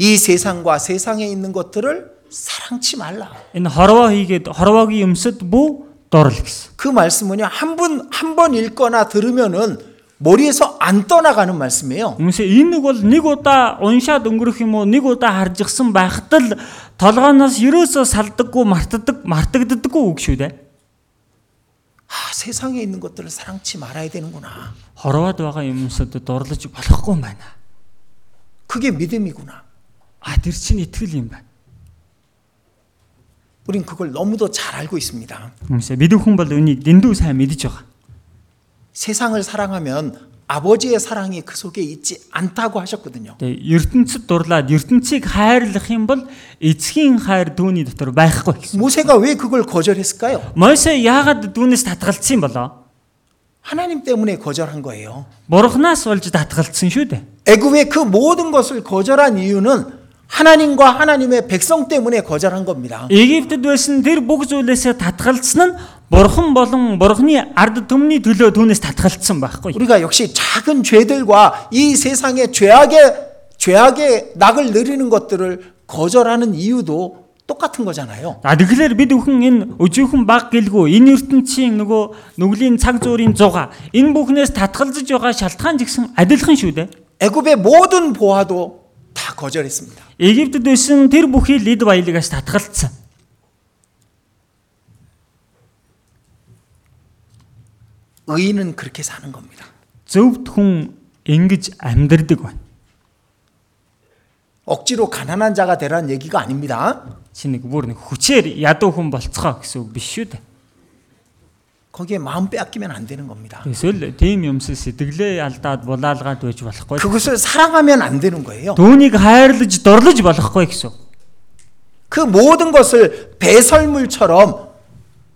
[SPEAKER 1] 이 세상과 세상에 있는 것들을 사랑치 말라.
[SPEAKER 2] Энэ хорвоо хийгээд хорвоогийн өмсөд бүү дорл гэсэн.
[SPEAKER 1] 그 말씀은요 한 번 한 번 읽거나 들으면은 머리에서 안 떠나가는 말씀이에요.
[SPEAKER 2] Хүмүүсээ энэ нэг бол нэг удаа уншаад өнгөрөх юм уу, нэг удаа харжчихсан байхад л толгоноос ерөөсөө салдаггүй, мартдаг, мартагддаггүй үг шүү дээ.
[SPEAKER 1] 아, 세상에 있는 것들을 사랑치 말아야 되는구나.
[SPEAKER 2] Хорвоод байгаа юмсад дурлаж болохгүй юм байна.
[SPEAKER 1] 그게 믿음이구나.
[SPEAKER 2] А тэр чинь итгэл юм байна.
[SPEAKER 1] 우린 그걸 너무도 잘 알고 있습니다.
[SPEAKER 2] Хүмүүсээ бид хүн бол үнийг дэндүү сайн мэдж байгаа.
[SPEAKER 1] 세상을 사랑하면 아버지의 사랑이 그 속에 있지 않다고 하셨거든요.
[SPEAKER 2] Тэгээ ертөнцид дурлаад ертөнцийг хайрлах юм бол эцгийн хайр түүний дотор байхгүй гэсэн.
[SPEAKER 1] 모세가 왜 그걸 거절했을까요?
[SPEAKER 2] Мойсе яагаад дүүнээс татгалцсан юм болоо?
[SPEAKER 1] 하나님 때문에 거절한 거예요.
[SPEAKER 2] Бурханаас олж татгалцсан шүү дээ.
[SPEAKER 1] 애굽의 그 모든 것을 거절한 이유는 하나님과 하나님의 백성 때문에 거절한 겁니다.
[SPEAKER 2] Египтэд байсан тэр бүх зүйлээсээ татгалцсан нь бурхан болон бурханы ард түмний төлөө түүнээс татгалцсан байхгүй.
[SPEAKER 1] 우리가 역시 작은 죄들과 이 세상의 죄악의 죄악의 낙을 내리는 것들을 거절하는 이유도 똑같은 거잖아요.
[SPEAKER 2] За тэгэхээр бид бүхэн энэ өжөөхөн баг гэлгүй энэ ертөнцийн нөгөө нүглийн цаг зүурийн зугаа энэ бүхнээс татгалзаж байгаа шалтгаан жигсэн адилхан шүү дээ.
[SPEAKER 1] 애굽의 모든 보화도 다 거절했습니다.
[SPEAKER 2] Египтэд байсан тэр бүхий лид баялагаас татгалцсан.
[SPEAKER 1] 의인은 그렇게 사는 겁니다.
[SPEAKER 2] Зөвд хүн ингэж амьдрдаг байна.
[SPEAKER 1] 억지로 가난한 자가 되라는 얘기가 아닙니다.
[SPEAKER 2] Чи нэг бүр нэг хүчээр ядуу хүн болцгоо гэсэн үг биш шүү дээ.
[SPEAKER 1] 거기에 마음 빼앗기면 안 되는 겁니다.
[SPEAKER 2] Эсвэл тийм юмс сэтгэлээ алдаад булаалгаад байж болохгүй.
[SPEAKER 1] 그것을 사랑하면 안 되는 거예요.
[SPEAKER 2] Түүнийг хайрлаж дурлаж болохгүй гэсэн.
[SPEAKER 1] 그 모든 것을 배설물처럼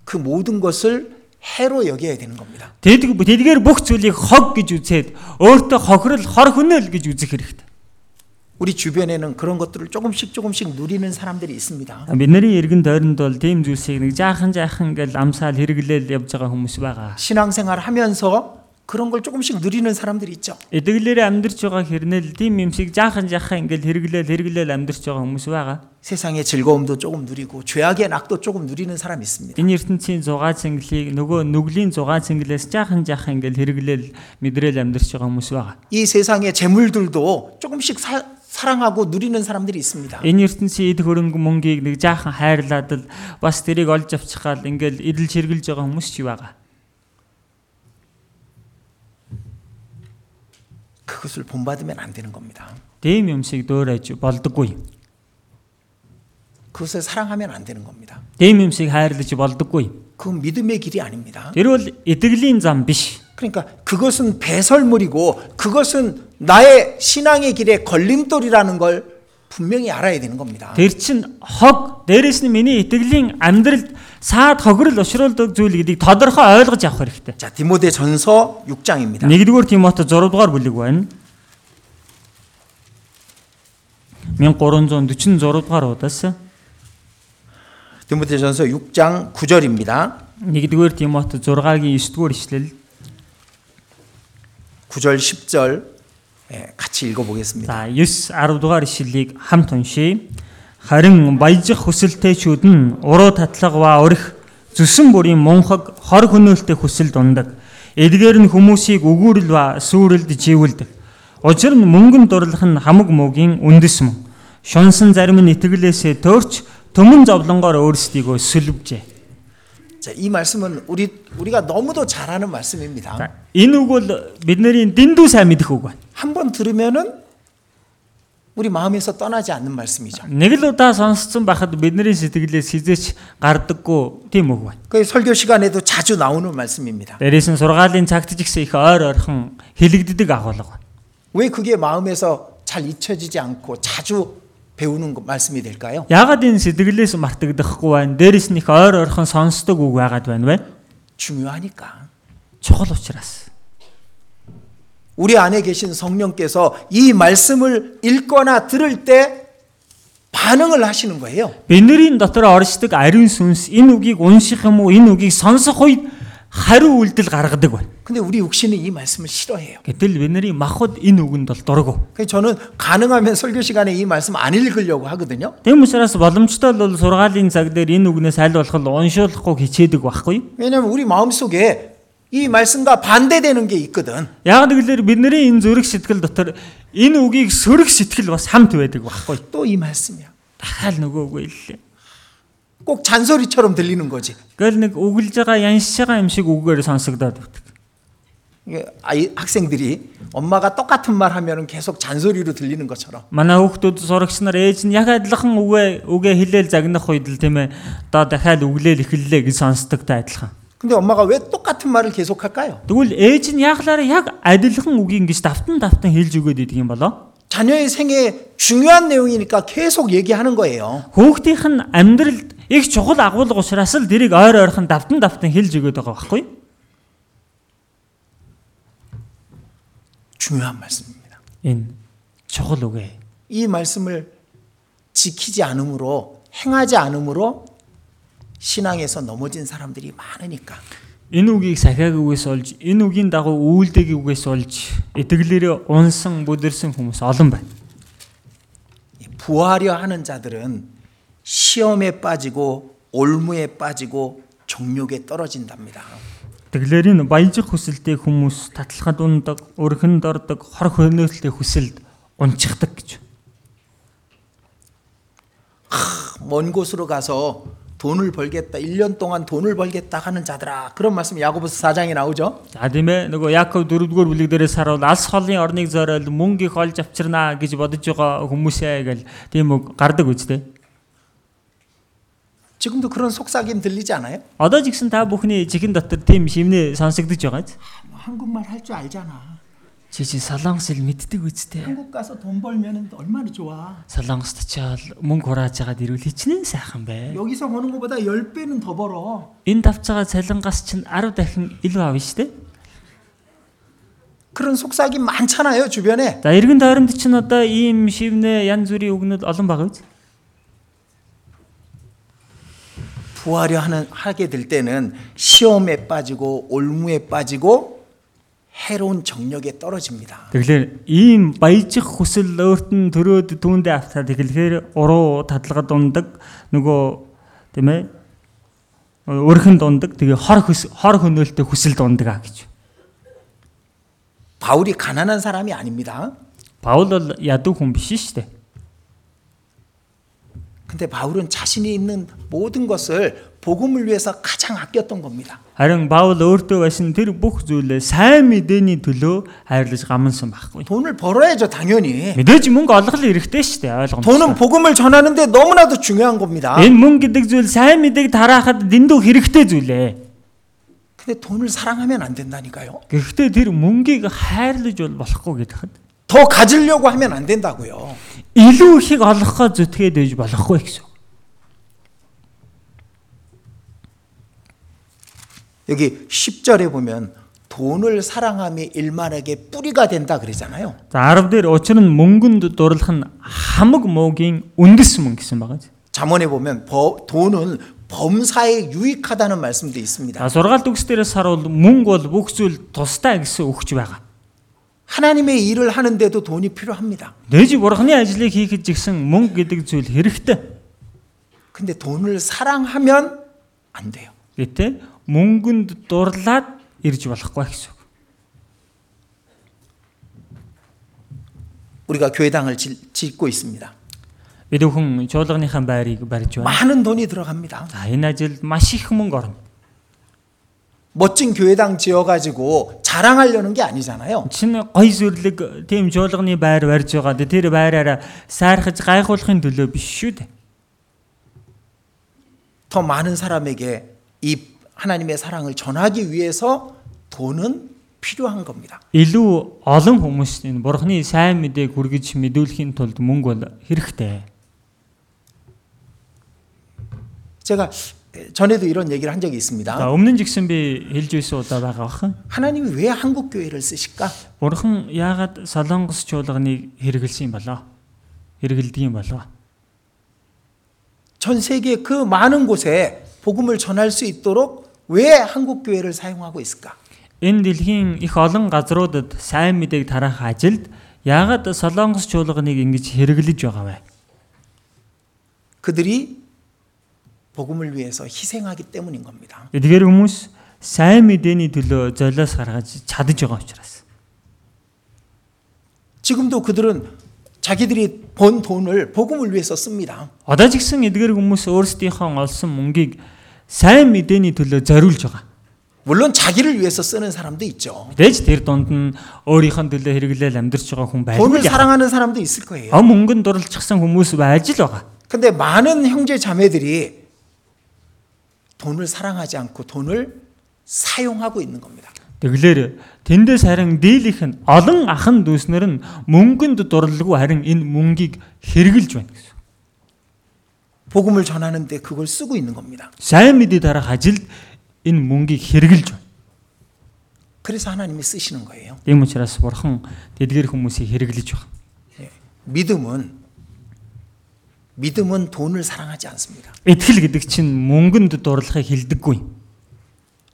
[SPEAKER 1] 그 모든 것을 해로 여겨야 되는 겁니다.
[SPEAKER 2] Тэд тэдгээр бүх зүйлийг хог гэж үзээд өөртөө хохирол хор хөнөөл гэж үзэх хэрэгтэй.
[SPEAKER 1] 우리 주변에는 그런 것들을 조금씩 조금씩 누리는 사람들이 있습니다.
[SPEAKER 2] Бид нарын эргэн тойронд бол тийм зүйлсийг нэг жаахан жаахан ингээл амсаал хэрэглээл явж байгаа хүмүүс байгаа.
[SPEAKER 1] 신앙생활 하면서 그런 걸 조금씩 누리는 사람들이 있죠.
[SPEAKER 2] Эдгэлээрээ амьдрч байгаа хэрнээл тийм юмсыг жаахан жаахан ингээл хэрэглээл хэрэглээл амьдрч байгаа хүмүүс байгаа.
[SPEAKER 1] 세상의 즐거움도 조금 누리고 죄악의 낙도 조금 누리는 사람이 있습니다.
[SPEAKER 2] Энэ ертөнцийн зугаа цэнгэлийг нөгөө нүглийн зугаа цэнгэлээс жаахан жаахан ингээл хэрэглээл мэдрээл амьдрч байгаа хүмүүс байгаа.
[SPEAKER 1] 이 세상의 재물들도 조금씩 사, 사랑하고 누리는 사람들이 있습니다.
[SPEAKER 2] Энэ ертөнцийн идэх хөрөнгө мөнгийг нэг жаахан хайрлаад л бас тэрийг олж авчихаал ингээл идэл ширгэлж байгаа хүмүүс ч байгаа.
[SPEAKER 1] 그것을 본받으면 안 되는 겁니다.
[SPEAKER 2] Дэм юмсыг дөөрэж болдоггүй.
[SPEAKER 1] 그것을 사랑하면 안 되는 겁니다.
[SPEAKER 2] Дэм юмсыг хайрлаж болдоггүй.
[SPEAKER 1] 그건 믿음의 길이 아닙니다.
[SPEAKER 2] Тэр бол итгэлийн зам биш.
[SPEAKER 1] 그러니까 그것은 배설물이고 그것은 나의 신앙의 길에 걸림돌이라는 걸 분명히 알아야 되는 겁니다.
[SPEAKER 2] Тэр чинь хог, дээрэс нь миний итгэлийн амьдралд саад хогрол ушруулдаг зүйл гэдгийг тодорхой ойлгож авах хэрэгтэй.
[SPEAKER 1] 자, 디모데 전서 6장입니다.
[SPEAKER 2] 1-р Тимото 6-р бүлэг байна. 1346-р удаас
[SPEAKER 1] 디모데 전서 6장 9절입니다.
[SPEAKER 2] 1-р Тимото 6-гийн 9-р ишлэл
[SPEAKER 1] 9절 10절 예, 같이 읽어보겠습니다.
[SPEAKER 2] За 9 10 дугаар ишлэлийг хамт уншийе. Харин баяжих хүсэлтэйчүүд нь уруу татлага ба өрх зүсэн бүрийн мунхаг хор хөнөөлтэй хүсэл дундаг. Эдгээр нь хүмүүсийг өгүүрэл ба сүрэлд живүүлдэг. Учир нь мөнгөн дурлах нь хамаг муугийн үндэс мөн. Шунсан зарим нь итгэлээсээ төрч Төмөн зовлонгоор өөрсдийгөө сүлвжээ.
[SPEAKER 1] 자, 이 말씀은 우리 우리가 너무도 잘 아는 말씀입니다.
[SPEAKER 2] За, Энэ үг бол бидний дэндүү сайн мэдэх үг байна.
[SPEAKER 1] 한 번 들으면은 우리 마음에서 떠나지 않는 말씀이죠.
[SPEAKER 2] Нэг л удаа сонсцсон байхад бидний сэтгэлээс хизээч гардаггүй тийм үг байна.
[SPEAKER 1] 그 설교 시간에도 자주 나오는 말씀입니다.
[SPEAKER 2] Дээрээс нь сургаалын цагт ч гэсэн их ойр ойрхон хилэгддэг агуулга байна.
[SPEAKER 1] 왜 그게 마음에서 잘 잊혀지지 않고 자주 배우는 그 말씀이 될까요?
[SPEAKER 2] Яагаад энэ сэтгэлээс мартагдахгүй байна? Дээрээс нь их ойр ойрхон сонсдог үг байгаад байна вэ?
[SPEAKER 1] 중요하니까.
[SPEAKER 2] Чухал учраас.
[SPEAKER 1] 우리 안에 계신 성령께서 이 말씀을 읽거나 들을 때 반응을 하시는 거예요.
[SPEAKER 2] Бинэрийн дотор оршдог ариун сүнс энэ үгийг унших юм уу, энэ үгийг сонсох үед хариу үйлдэл гаргадаг байна.
[SPEAKER 1] 근데 우리 육신은 이 말씀을 싫어해요.
[SPEAKER 2] Гэтэл бинэрийн махуд энэ үгэнд бол дургу.
[SPEAKER 1] 그래서 저는 가능하면 설교 시간에 이 말씀 안 읽으려고 하거든요.
[SPEAKER 2] Тэм учраас боломжтой бол сургаалын цаг дээр энэ үгнээс аль болох нь уншуулахгүй хичээдэг байхгүй.
[SPEAKER 1] 왜냐하면 우리 마음속에 이 말씀과 반대되는 게 있거든.
[SPEAKER 2] Яг гэвэл бидний энэ зүрх сэтгэл дотор энэ үгийг сөрөг сэтгэл бас хамт байдаг байхгүй.
[SPEAKER 1] 또 이 말씀이야.
[SPEAKER 2] Дахиад нөгөө үгүй лээ.
[SPEAKER 1] 꼭 잔소리처럼 들리는 거지.
[SPEAKER 2] Гэл нэг үгэлж байгаа яншиж байгаа юм шиг үгээр сонсогдоод өгдөг.
[SPEAKER 1] 이게 아이 학생들이 엄마가 똑같은 말 하면은 계속 잔소리로 들리는 것처럼.
[SPEAKER 2] Манай хүүхдүүд сурагч нар ээж нь яг адилхан үгээ үгээ хэлээл загнах үед л тийм ээ одоо дахиад үглээл эхэллээ гэж сонсдогтой адилхан.
[SPEAKER 1] 근데 엄마가 왜 똑같은 말을 계속 할까요?
[SPEAKER 2] Тэгвэл ээж нь яглаараа яг адилхан үгийг ингэж давтан давтан хэлж өгөөд идэг юм болоо.
[SPEAKER 1] 자녀의 생애 중요한 내용이니까 계속 얘기하는 거예요.
[SPEAKER 2] Хүүхдийнх нь амьдралд их чухал агуулга учраас л дэрийг ойр ойрхон давтан давтан хэлж өгөөд байгаа байхгүй.
[SPEAKER 1] 중요한 말씀입니다.
[SPEAKER 2] Энэ чухал үгэ.
[SPEAKER 1] 이 말씀을 지키지 않음으로 행하지 않음으로 신앙에서 넘어진 사람들이 많으니까.
[SPEAKER 2] Энэ үгийг сахиаг үгээс олж, энэ үгийн дагуу үйлдэг үгээс олж, итгэлээрээ унсан, бүдэрсэн хүмүүс олон байна.
[SPEAKER 1] 이 부하려 하는 자들은 시험에 빠지고 올무에 빠지고 정욕에 떨어진답니다.
[SPEAKER 2] Итгэлээрийн баяжих хүсэлтэй хүмүүс татлахад ундаг, өрхөнд ордог, хор хөнөөлтэй хүсэлд унчихдаг гэж.
[SPEAKER 1] 먼 곳으로 가서 돈을 벌겠다. 1년 동안 돈을 벌겠다 하는 자들아. 그런 말씀 야고보서 4장에 나오죠.
[SPEAKER 2] За тийм ээ нөгөө Яков 4-р бүлэг дээрээс харуул алс холын орныг зориул мөнгө их олж авчирнаа гэж бодож байгаа хүмүүсээ гэл тийм үг гардаг үстэй.
[SPEAKER 1] 지금도 그런 속삭임 들리지 않아요?
[SPEAKER 2] Одоо ч гэсэн та бүхний чихэн дотор тийм шимнээ сонсогдож байгаа биз?
[SPEAKER 1] 아, 뭐 한국말 할 줄 알잖아.
[SPEAKER 2] Чи чи солонгосэл мэддэг үстэй.
[SPEAKER 1] 한국 가서 돈 벌면 얼마나 좋아.
[SPEAKER 2] Солонгост очиод мөнгө хурааж байгаад ирвэл хичнээн сайхан бай.
[SPEAKER 1] 여기서 버는 것보다 10배는 더 벌어.
[SPEAKER 2] Энэ давж байгаа цалингаас чинь 10 дахин илүү авна шүү дээ.
[SPEAKER 1] 그런 속삭임 많잖아요, 주변에.
[SPEAKER 2] За эргэн тойронд чинь одоо ийм шивнэ янз бүрийн өгнөл олон байгаа биз?
[SPEAKER 1] 부하려 하는 하게 될 때는 시험에 빠지고 올무에 빠지고 해로운 정력에 떨어집니다.
[SPEAKER 2] Тэгэхээр ийм баяжих хүсэл өөрт нь төрөөд түүндээ автаад эхлэхээр уруу тадлагад ундаг нөгөө тийм ээ өрхөн дундаг тэгээ хор хөс- хор хөнөөлтөй хүсэл дундаг аа гэж.
[SPEAKER 1] 바울이 가난한 사람이 아닙니다.
[SPEAKER 2] Паул бол ядуу хүн биш шүү дээ.
[SPEAKER 1] 근데 바울은 자신이 있는 모든 것을 복음을 위해서 가장 아꼈던 겁니다.
[SPEAKER 2] Харин Паул өөртөө байсан тэр бүх зүйлээ сайн мэдээний төлөө хайрлаж гамансан байхгүй.
[SPEAKER 1] 돈을 벌어야죠, 당연히.
[SPEAKER 2] Мэдээж мөнгө олох л хэрэгтэй шүү дээ
[SPEAKER 1] 돈은
[SPEAKER 2] ойлгомжтой.
[SPEAKER 1] 복음을 전하는데 너무나도 중요한 겁니다.
[SPEAKER 2] Энэ мөнгө гэдэг зүйл сайн мэдээг тараахад дэндүү хэрэгтэй зүйлээ.
[SPEAKER 1] 근데 돈을 사랑하면 안 된다니까요.
[SPEAKER 2] Гэхдээ тэр мөнгийг хайрлаж бол болохгүй гэдэг хэд.
[SPEAKER 1] 더 가지려고 하면 안 된다고요.
[SPEAKER 2] Илүү ихийг олохоо зүтгээд байж болохгүй гэсэн.
[SPEAKER 1] 여기 10절에 보면 돈을 사랑함이 일만에게 뿌리가 된다 그러잖아요.
[SPEAKER 2] За 10 дээр учир нь мөнгөнд дурлах нь хамаг муугийн үндэс мөнгө гэсэн байгаа. зү.
[SPEAKER 1] 잠언에 보면 버- 돈은 범사에 유익하다는 말씀도 있습니다.
[SPEAKER 2] За сургаалт үгс дээрээс харуул мөнгө бол бүх зүйл тустай гэсэн өгч байгаа.
[SPEAKER 1] 하나님의 일을 하는데도 돈이 필요합니다.
[SPEAKER 2] Дээж бурхны ажлыг хийхэд жигсэн мөнгө гэдэг зүйл хэрэгтэй.
[SPEAKER 1] 근데 돈을 사랑하면 안 돼요.
[SPEAKER 2] Гэтэ мөнгөнд дурлаад ирж болохгүй гэсэн. үг.
[SPEAKER 1] 우리가 교회당을 질- 짓고 있습니다.
[SPEAKER 2] Бид бүхэн чуулганыхаа байрыг барьж байна.
[SPEAKER 1] 많은 돈이 들어갑니다.
[SPEAKER 2] За энэ ажилд маш их мөнгө орно.
[SPEAKER 1] 멋진 교회당 지어가지고 자랑하려는 게 아니잖아요.
[SPEAKER 2] Чинь гой зөвлөг тийм чуулганы байр барьж байгаа. дээ. Тэр байраараа сайрхаж гайхуулахын төлөө биш шүү дээ.
[SPEAKER 1] 더 많은 사람에게 이 하나님의 사랑을 전하기 위해서 돈은 필요한 겁니다.
[SPEAKER 2] Илүү олон хүмүүст энэ бурхны сайн мэдээг хүргэж мэдүүлэхийн тулд мөнгө бол хэрэгтэй.
[SPEAKER 1] 제가 전에도 이런 얘기를 한 적이
[SPEAKER 2] За
[SPEAKER 1] 있습니다.
[SPEAKER 2] өмнө нь ч гэсэн би хэлж байсан удаа байгаа бахан.
[SPEAKER 1] 하나님이 왜 한국 교회를 쓰실까?
[SPEAKER 2] Бурхан яагаад Солонгос чуулганыг хэрэгэлсэн болоо? Хэрэгэлдэг юм болоо.
[SPEAKER 1] 전 세계 그 많은 곳에 복음을 전할 수 있도록 왜 한국 교회를 사용하고 있을까?
[SPEAKER 2] Энэ дэлхийн их олон газруудад сайн мэдээг тараах ажилд яагаад Солонгос чуулганыг ингэж хэрэглэж байгаа вэ?
[SPEAKER 1] 그들이 복음을 위해서 희생하기 때문인 겁니다.
[SPEAKER 2] Эдгээр хүмүүс сайн мэдээний төлөө золиос гаргаж чадаж байгаа учраас.
[SPEAKER 1] 지금도 그들은 자기들이 번 돈을 복음을 위해서 씁니다.
[SPEAKER 2] Одоо ч гэсэн эдгээр хүмүүс өөрсдийнхөө олсон мөнгийг сайн мэдээний төлөө зориулж байгаа.
[SPEAKER 1] 물론 자기를 위해서 쓰는 사람도 있죠.
[SPEAKER 2] Тэгэж тэр дунд нь өөрийнхөө төлөө хэрэглээл амьдарч байгаа хүн
[SPEAKER 1] 돈을
[SPEAKER 2] байж байгаа.
[SPEAKER 1] 사랑하는 사람도 있을 거예요.
[SPEAKER 2] Ам мөнгөнд дурлцсан хүмүүс байж л байгаа.
[SPEAKER 1] 근데 많은 형제 자매들이 돈을 사랑하지 않고 돈을 사용하고 있는 겁니다.
[SPEAKER 2] Тэглэр тэндээс харин дийлийнх нь олон ахын дүүснэр нь мөнгөнд дурлалгүй харин энэ мөнгийг хэрэгжилж байна гэсэн.
[SPEAKER 1] 복음을 전하는데 그걸 쓰고 있는 겁니다.
[SPEAKER 2] Сайн мэдээ дараах ажилд энэ мөнгийг хэрэгжилж байна.
[SPEAKER 1] 그래서 하나님이 쓰시는 거예요.
[SPEAKER 2] Тийм учраас бурхан тэдгэр хүмүүсийг хэрэгжилж байна.
[SPEAKER 1] 예. 믿음은 믿음은 돈을 사랑하지 않습니다.
[SPEAKER 2] Итгэл гэдэг чинь мөнгөнд дурлахыг хилдэггүй.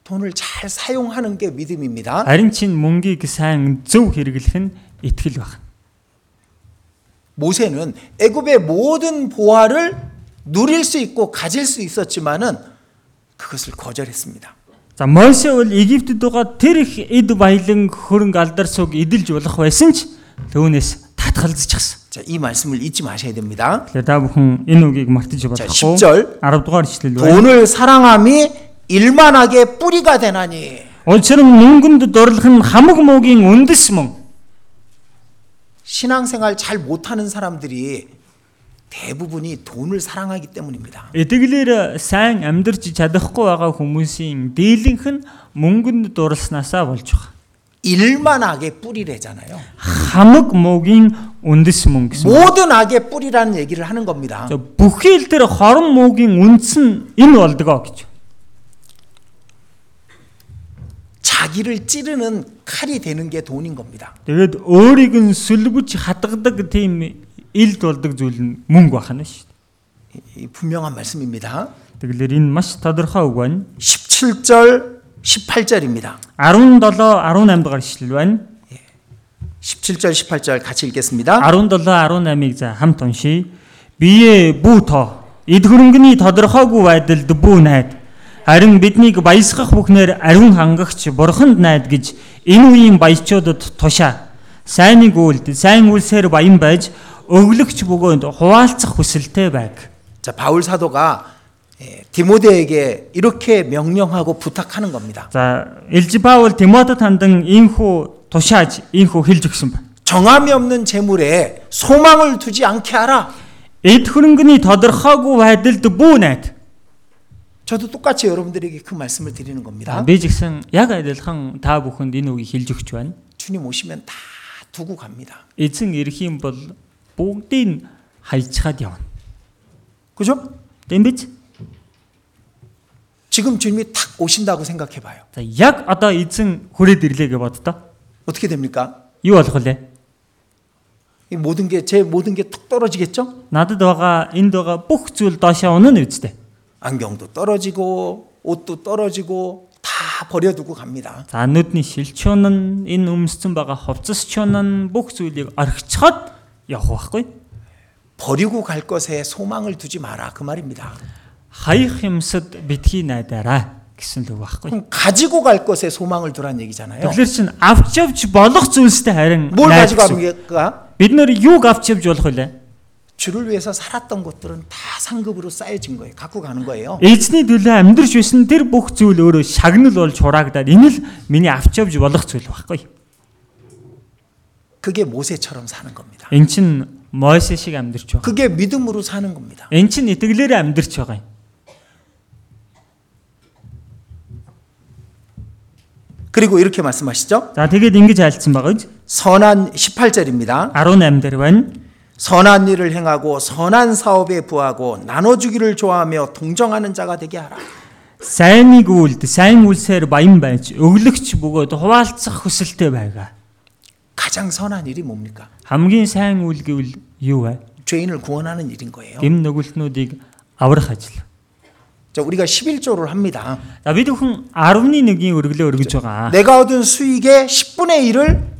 [SPEAKER 1] 돈을 잘 사용하는 게 믿음입니다.
[SPEAKER 2] Харин чинь мөнгийг сайн зөв хэрэглэх нь итгэл байна.
[SPEAKER 1] 모세는 애굽의 모든 보화를 누릴 수 있고 가질 수 있었지만은 그것을 거절했습니다.
[SPEAKER 2] За Мойсе бол Египтэд байгаа тэр их эд баялан хөрөнгө алдар суг эдэлж болох байсан ч түүнээс татгалзчихсан.
[SPEAKER 1] 자, 이 말씀을 잊지 마셔야 됩니다.
[SPEAKER 2] Тэгэхээр та бүхэн энэ үгийг мартаж болохгүй.
[SPEAKER 1] 10절.
[SPEAKER 2] 10 дугаар ишлэл байна.
[SPEAKER 1] 돈을 사랑함이 일만하게 뿌리가 되나니
[SPEAKER 2] Учир нь мөнгөнд дурлах нь хамаг муугийн үндэс мөн.
[SPEAKER 1] 신앙생활 잘 못하는 사람들이 대부분이 돈을 사랑하기 때문입니다.
[SPEAKER 2] Эдгэлээр сайн амьдарч чадахгүй байгаа хүмүүсийн дийлэнх нь мөнгөнд дурласнасаа болж байгаа.
[SPEAKER 1] 일만하게 뿌리래잖아요.
[SPEAKER 2] Хамаг муугийн үндэс мөн гэсэн.
[SPEAKER 1] 모든 악의 뿌리라는 얘기를 하는 겁니다.
[SPEAKER 2] За бүхэл тэр хорон муугийн үндэс нь энэ болдгоо гэж.
[SPEAKER 1] 자기를 찌르는 칼이 되는 게 돈인 겁니다.
[SPEAKER 2] Тэгээд өөрийг нь сүлбэж хатгадаг тийм илд болдог зүйл нь мөнгө бахна шүү дээ.
[SPEAKER 1] 이- 이 분명한 말씀입니다.
[SPEAKER 2] Тэгэлэр энэ маш тодорхой үг байна.
[SPEAKER 1] 17절, 18절입니다.
[SPEAKER 2] 17 18 дугаар ишлэл байна.
[SPEAKER 1] 17절, 18절 같이 읽겠습니다.
[SPEAKER 2] 17 18-ыг за хамт уншийе. Бие бүү тоо. Эд хөрөнгөний тодорхойгүй байдалд бүү найд. Харин биднийг баясгах бүхнээр ариун хангагч бурханд найд гэж энэ үеийн баячуудад тушаа. Сайныг үлд, сайн үлсээр баян байж өглөгч бөгөөд хуваалцах хүсэлтэй байг.
[SPEAKER 1] 자, 바울 사도가 예, 디모데에게 이렇게 명령하고 부탁하는 겁니다.
[SPEAKER 2] За Илж Паул Тимотед хандан инхүү тушааж инхүү хэлж өгсөн байна.
[SPEAKER 1] 정함이 없는 재물에 소망을 두지 않게 하라.
[SPEAKER 2] Эд хөрөнгөний тодорхойгүй байдалд бүү найд.
[SPEAKER 1] 저도 똑같이 여러분들에게 그 말씀을 드리는 겁니다.
[SPEAKER 2] Би ч гэсэн яг адилхан та бүхэнд энэ үгийг хэлж өгч байна.
[SPEAKER 1] 주님 오시면 다 두고 갑니다.
[SPEAKER 2] Эзэн ирэх юм бол бүгдийг хайчаад явна.
[SPEAKER 1] 그죠?
[SPEAKER 2] Тэм биз?
[SPEAKER 1] 지금 주님이 탁 오신다고 생각해 봐요.
[SPEAKER 2] За яг одоо эзэн хүрээд ирлээ гэж боддоо.
[SPEAKER 1] 어떻게 됩니까?
[SPEAKER 2] Юу болох вэ?
[SPEAKER 1] 이 모든 게 제 모든 게 툭 떨어지겠죠?
[SPEAKER 2] Надад байгаа энд байгаа бүх зүйл доошоо унана үсттэй.
[SPEAKER 1] 안경도 떨어지고 옷도 떨어지고 다 버려두고 갑니다.
[SPEAKER 2] За нүдний шилчүүн нь энэ өмссөн байгаа хувцас чүүн нь бүх зүйлийг орхицоход явах байхгүй.
[SPEAKER 1] 버리고 갈 것에 소망을 두지 마라 그 말입니다.
[SPEAKER 2] Хаях юмсад битгий найдараа гэсэн л үг байхгүй.
[SPEAKER 1] 그럼 가지고 갈 것에 소망을 두란 얘기잖아요.
[SPEAKER 2] Тэгэхээр чин авч явж болох зүйлстэй харин
[SPEAKER 1] 뭘
[SPEAKER 2] найд
[SPEAKER 1] 가지고
[SPEAKER 2] гэсэн үг.
[SPEAKER 1] 갑니까?
[SPEAKER 2] бид нөр юуг авч явж болох вэ?
[SPEAKER 1] 주를 위해서 살았던 것들은 다 상급으로 쌓여진 거예요. 갖고 가는 거예요.
[SPEAKER 2] Эзний төлөө амьдрж байсан тэр бүх зүйл өөрөө шагнал болж хураагдаад энэ л миний авч явж болох зүйл байхгүй.
[SPEAKER 1] 그게 모세처럼 사는 겁니다.
[SPEAKER 2] Эн чин Мойсе шиг амьдрч байгаа.
[SPEAKER 1] 그게 믿음으로 사는 겁니다.
[SPEAKER 2] Эн чин итгэлээр амьдрч байгаа юм.
[SPEAKER 1] 그리고 이렇게 말씀하시죠.
[SPEAKER 2] За тэгээд ингэж айлцсан байгаа гэж
[SPEAKER 1] 선한 18절입니다.
[SPEAKER 2] 18 дээр байна.
[SPEAKER 1] 선한 일을 행하고 선한 사업에 부하고 나눠주기를 좋아하며 동정하는 자가 되게 하라.
[SPEAKER 2] Сайныг үлд, сайн үлсээр баян байж, өглөгч бөгөөд хуваалцах хүсэлтэй байгаа.
[SPEAKER 1] 가장 선한 일이 뭡니까?
[SPEAKER 2] Хамгийн сайн үйл гэвэл юу вэ?
[SPEAKER 1] 죄인을 구원하는 일인 거예요.
[SPEAKER 2] Гэм нүгэлтнүүдийг аврах ажил.
[SPEAKER 1] 자, 우리가 11조를 합니다.
[SPEAKER 2] За бид бүхэн 11-ийн өргөлөө өргөж байгаа.
[SPEAKER 1] 내가 얻은 수익의 10분의 1을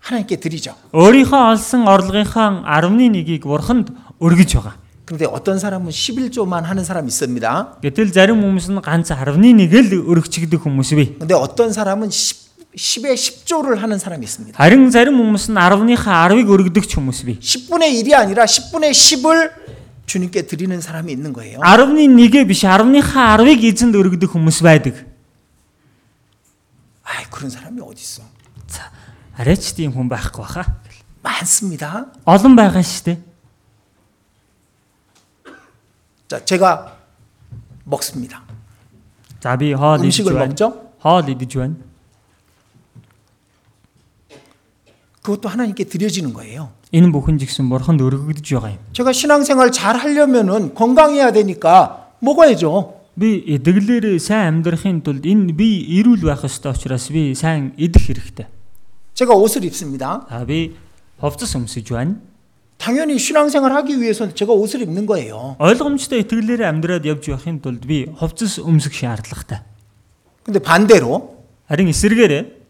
[SPEAKER 1] 하나님께 드리죠.
[SPEAKER 2] Өөрийнхөө олсон орлогынхаа 11-ийг бурханд өргөж байгаа.
[SPEAKER 1] 그런데 어떤 사람은 11조만 하는 사람이 있습니다.
[SPEAKER 2] Гэтэл зарим хүмүүс нь ганц 11-ийг л өргөчгдөг хүмүүс бий.
[SPEAKER 1] 근데 어떤 사람은 10, 10에 10조를 하는 사람이 있습니다.
[SPEAKER 2] Харин зарим хүмүүс нь 10-ийнхаа 10-ыг өргөдөг ч хүмүүс бий.
[SPEAKER 1] 10분의 1이 아니라 10분의 10을 주님께 드리는 사람이 있는 거예요.
[SPEAKER 2] 10-1-ийг биш 10-ийнхаа 10-ыг эзэнд өргөдөг хүмүүс байдаг.
[SPEAKER 1] 아이, 그런 사람이 어디 있어?
[SPEAKER 2] За, арайч тийм хүн байхгүй баха.
[SPEAKER 1] 많습니다.
[SPEAKER 2] Олон байгаа шүү дээ.
[SPEAKER 1] 자, 제가 먹습니다.
[SPEAKER 2] За би хоол идэж
[SPEAKER 1] 음식을
[SPEAKER 2] байна.
[SPEAKER 1] 먹죠?
[SPEAKER 2] Хоол идэж байна.
[SPEAKER 1] 그것도 하나님께 드려지는 거예요.
[SPEAKER 2] Энэ бүхэн жигсэн бурханд өргөгдөж байгаа юм.
[SPEAKER 1] 제가 신앙생활 잘 하려면은 건강해야 되니까 먹어야죠.
[SPEAKER 2] Би эдгэлээр сайн амьдрахын тулд энэ би эрүүл байх ёстой учраас би сайн идэх хэрэгтэй.
[SPEAKER 1] 제가 옷을 입습니다.
[SPEAKER 2] За би хувцас өмсөж байна.
[SPEAKER 1] 당연히 신앙생활 하기 위해서는 제가 옷을 입는 거예요.
[SPEAKER 2] Ойлгомжтой итгэлээр амьдраад явж явахын тулд би хувцас өмсөх шаардлагатай.
[SPEAKER 1] 근데 반대로
[SPEAKER 2] Харин эсэргээрээ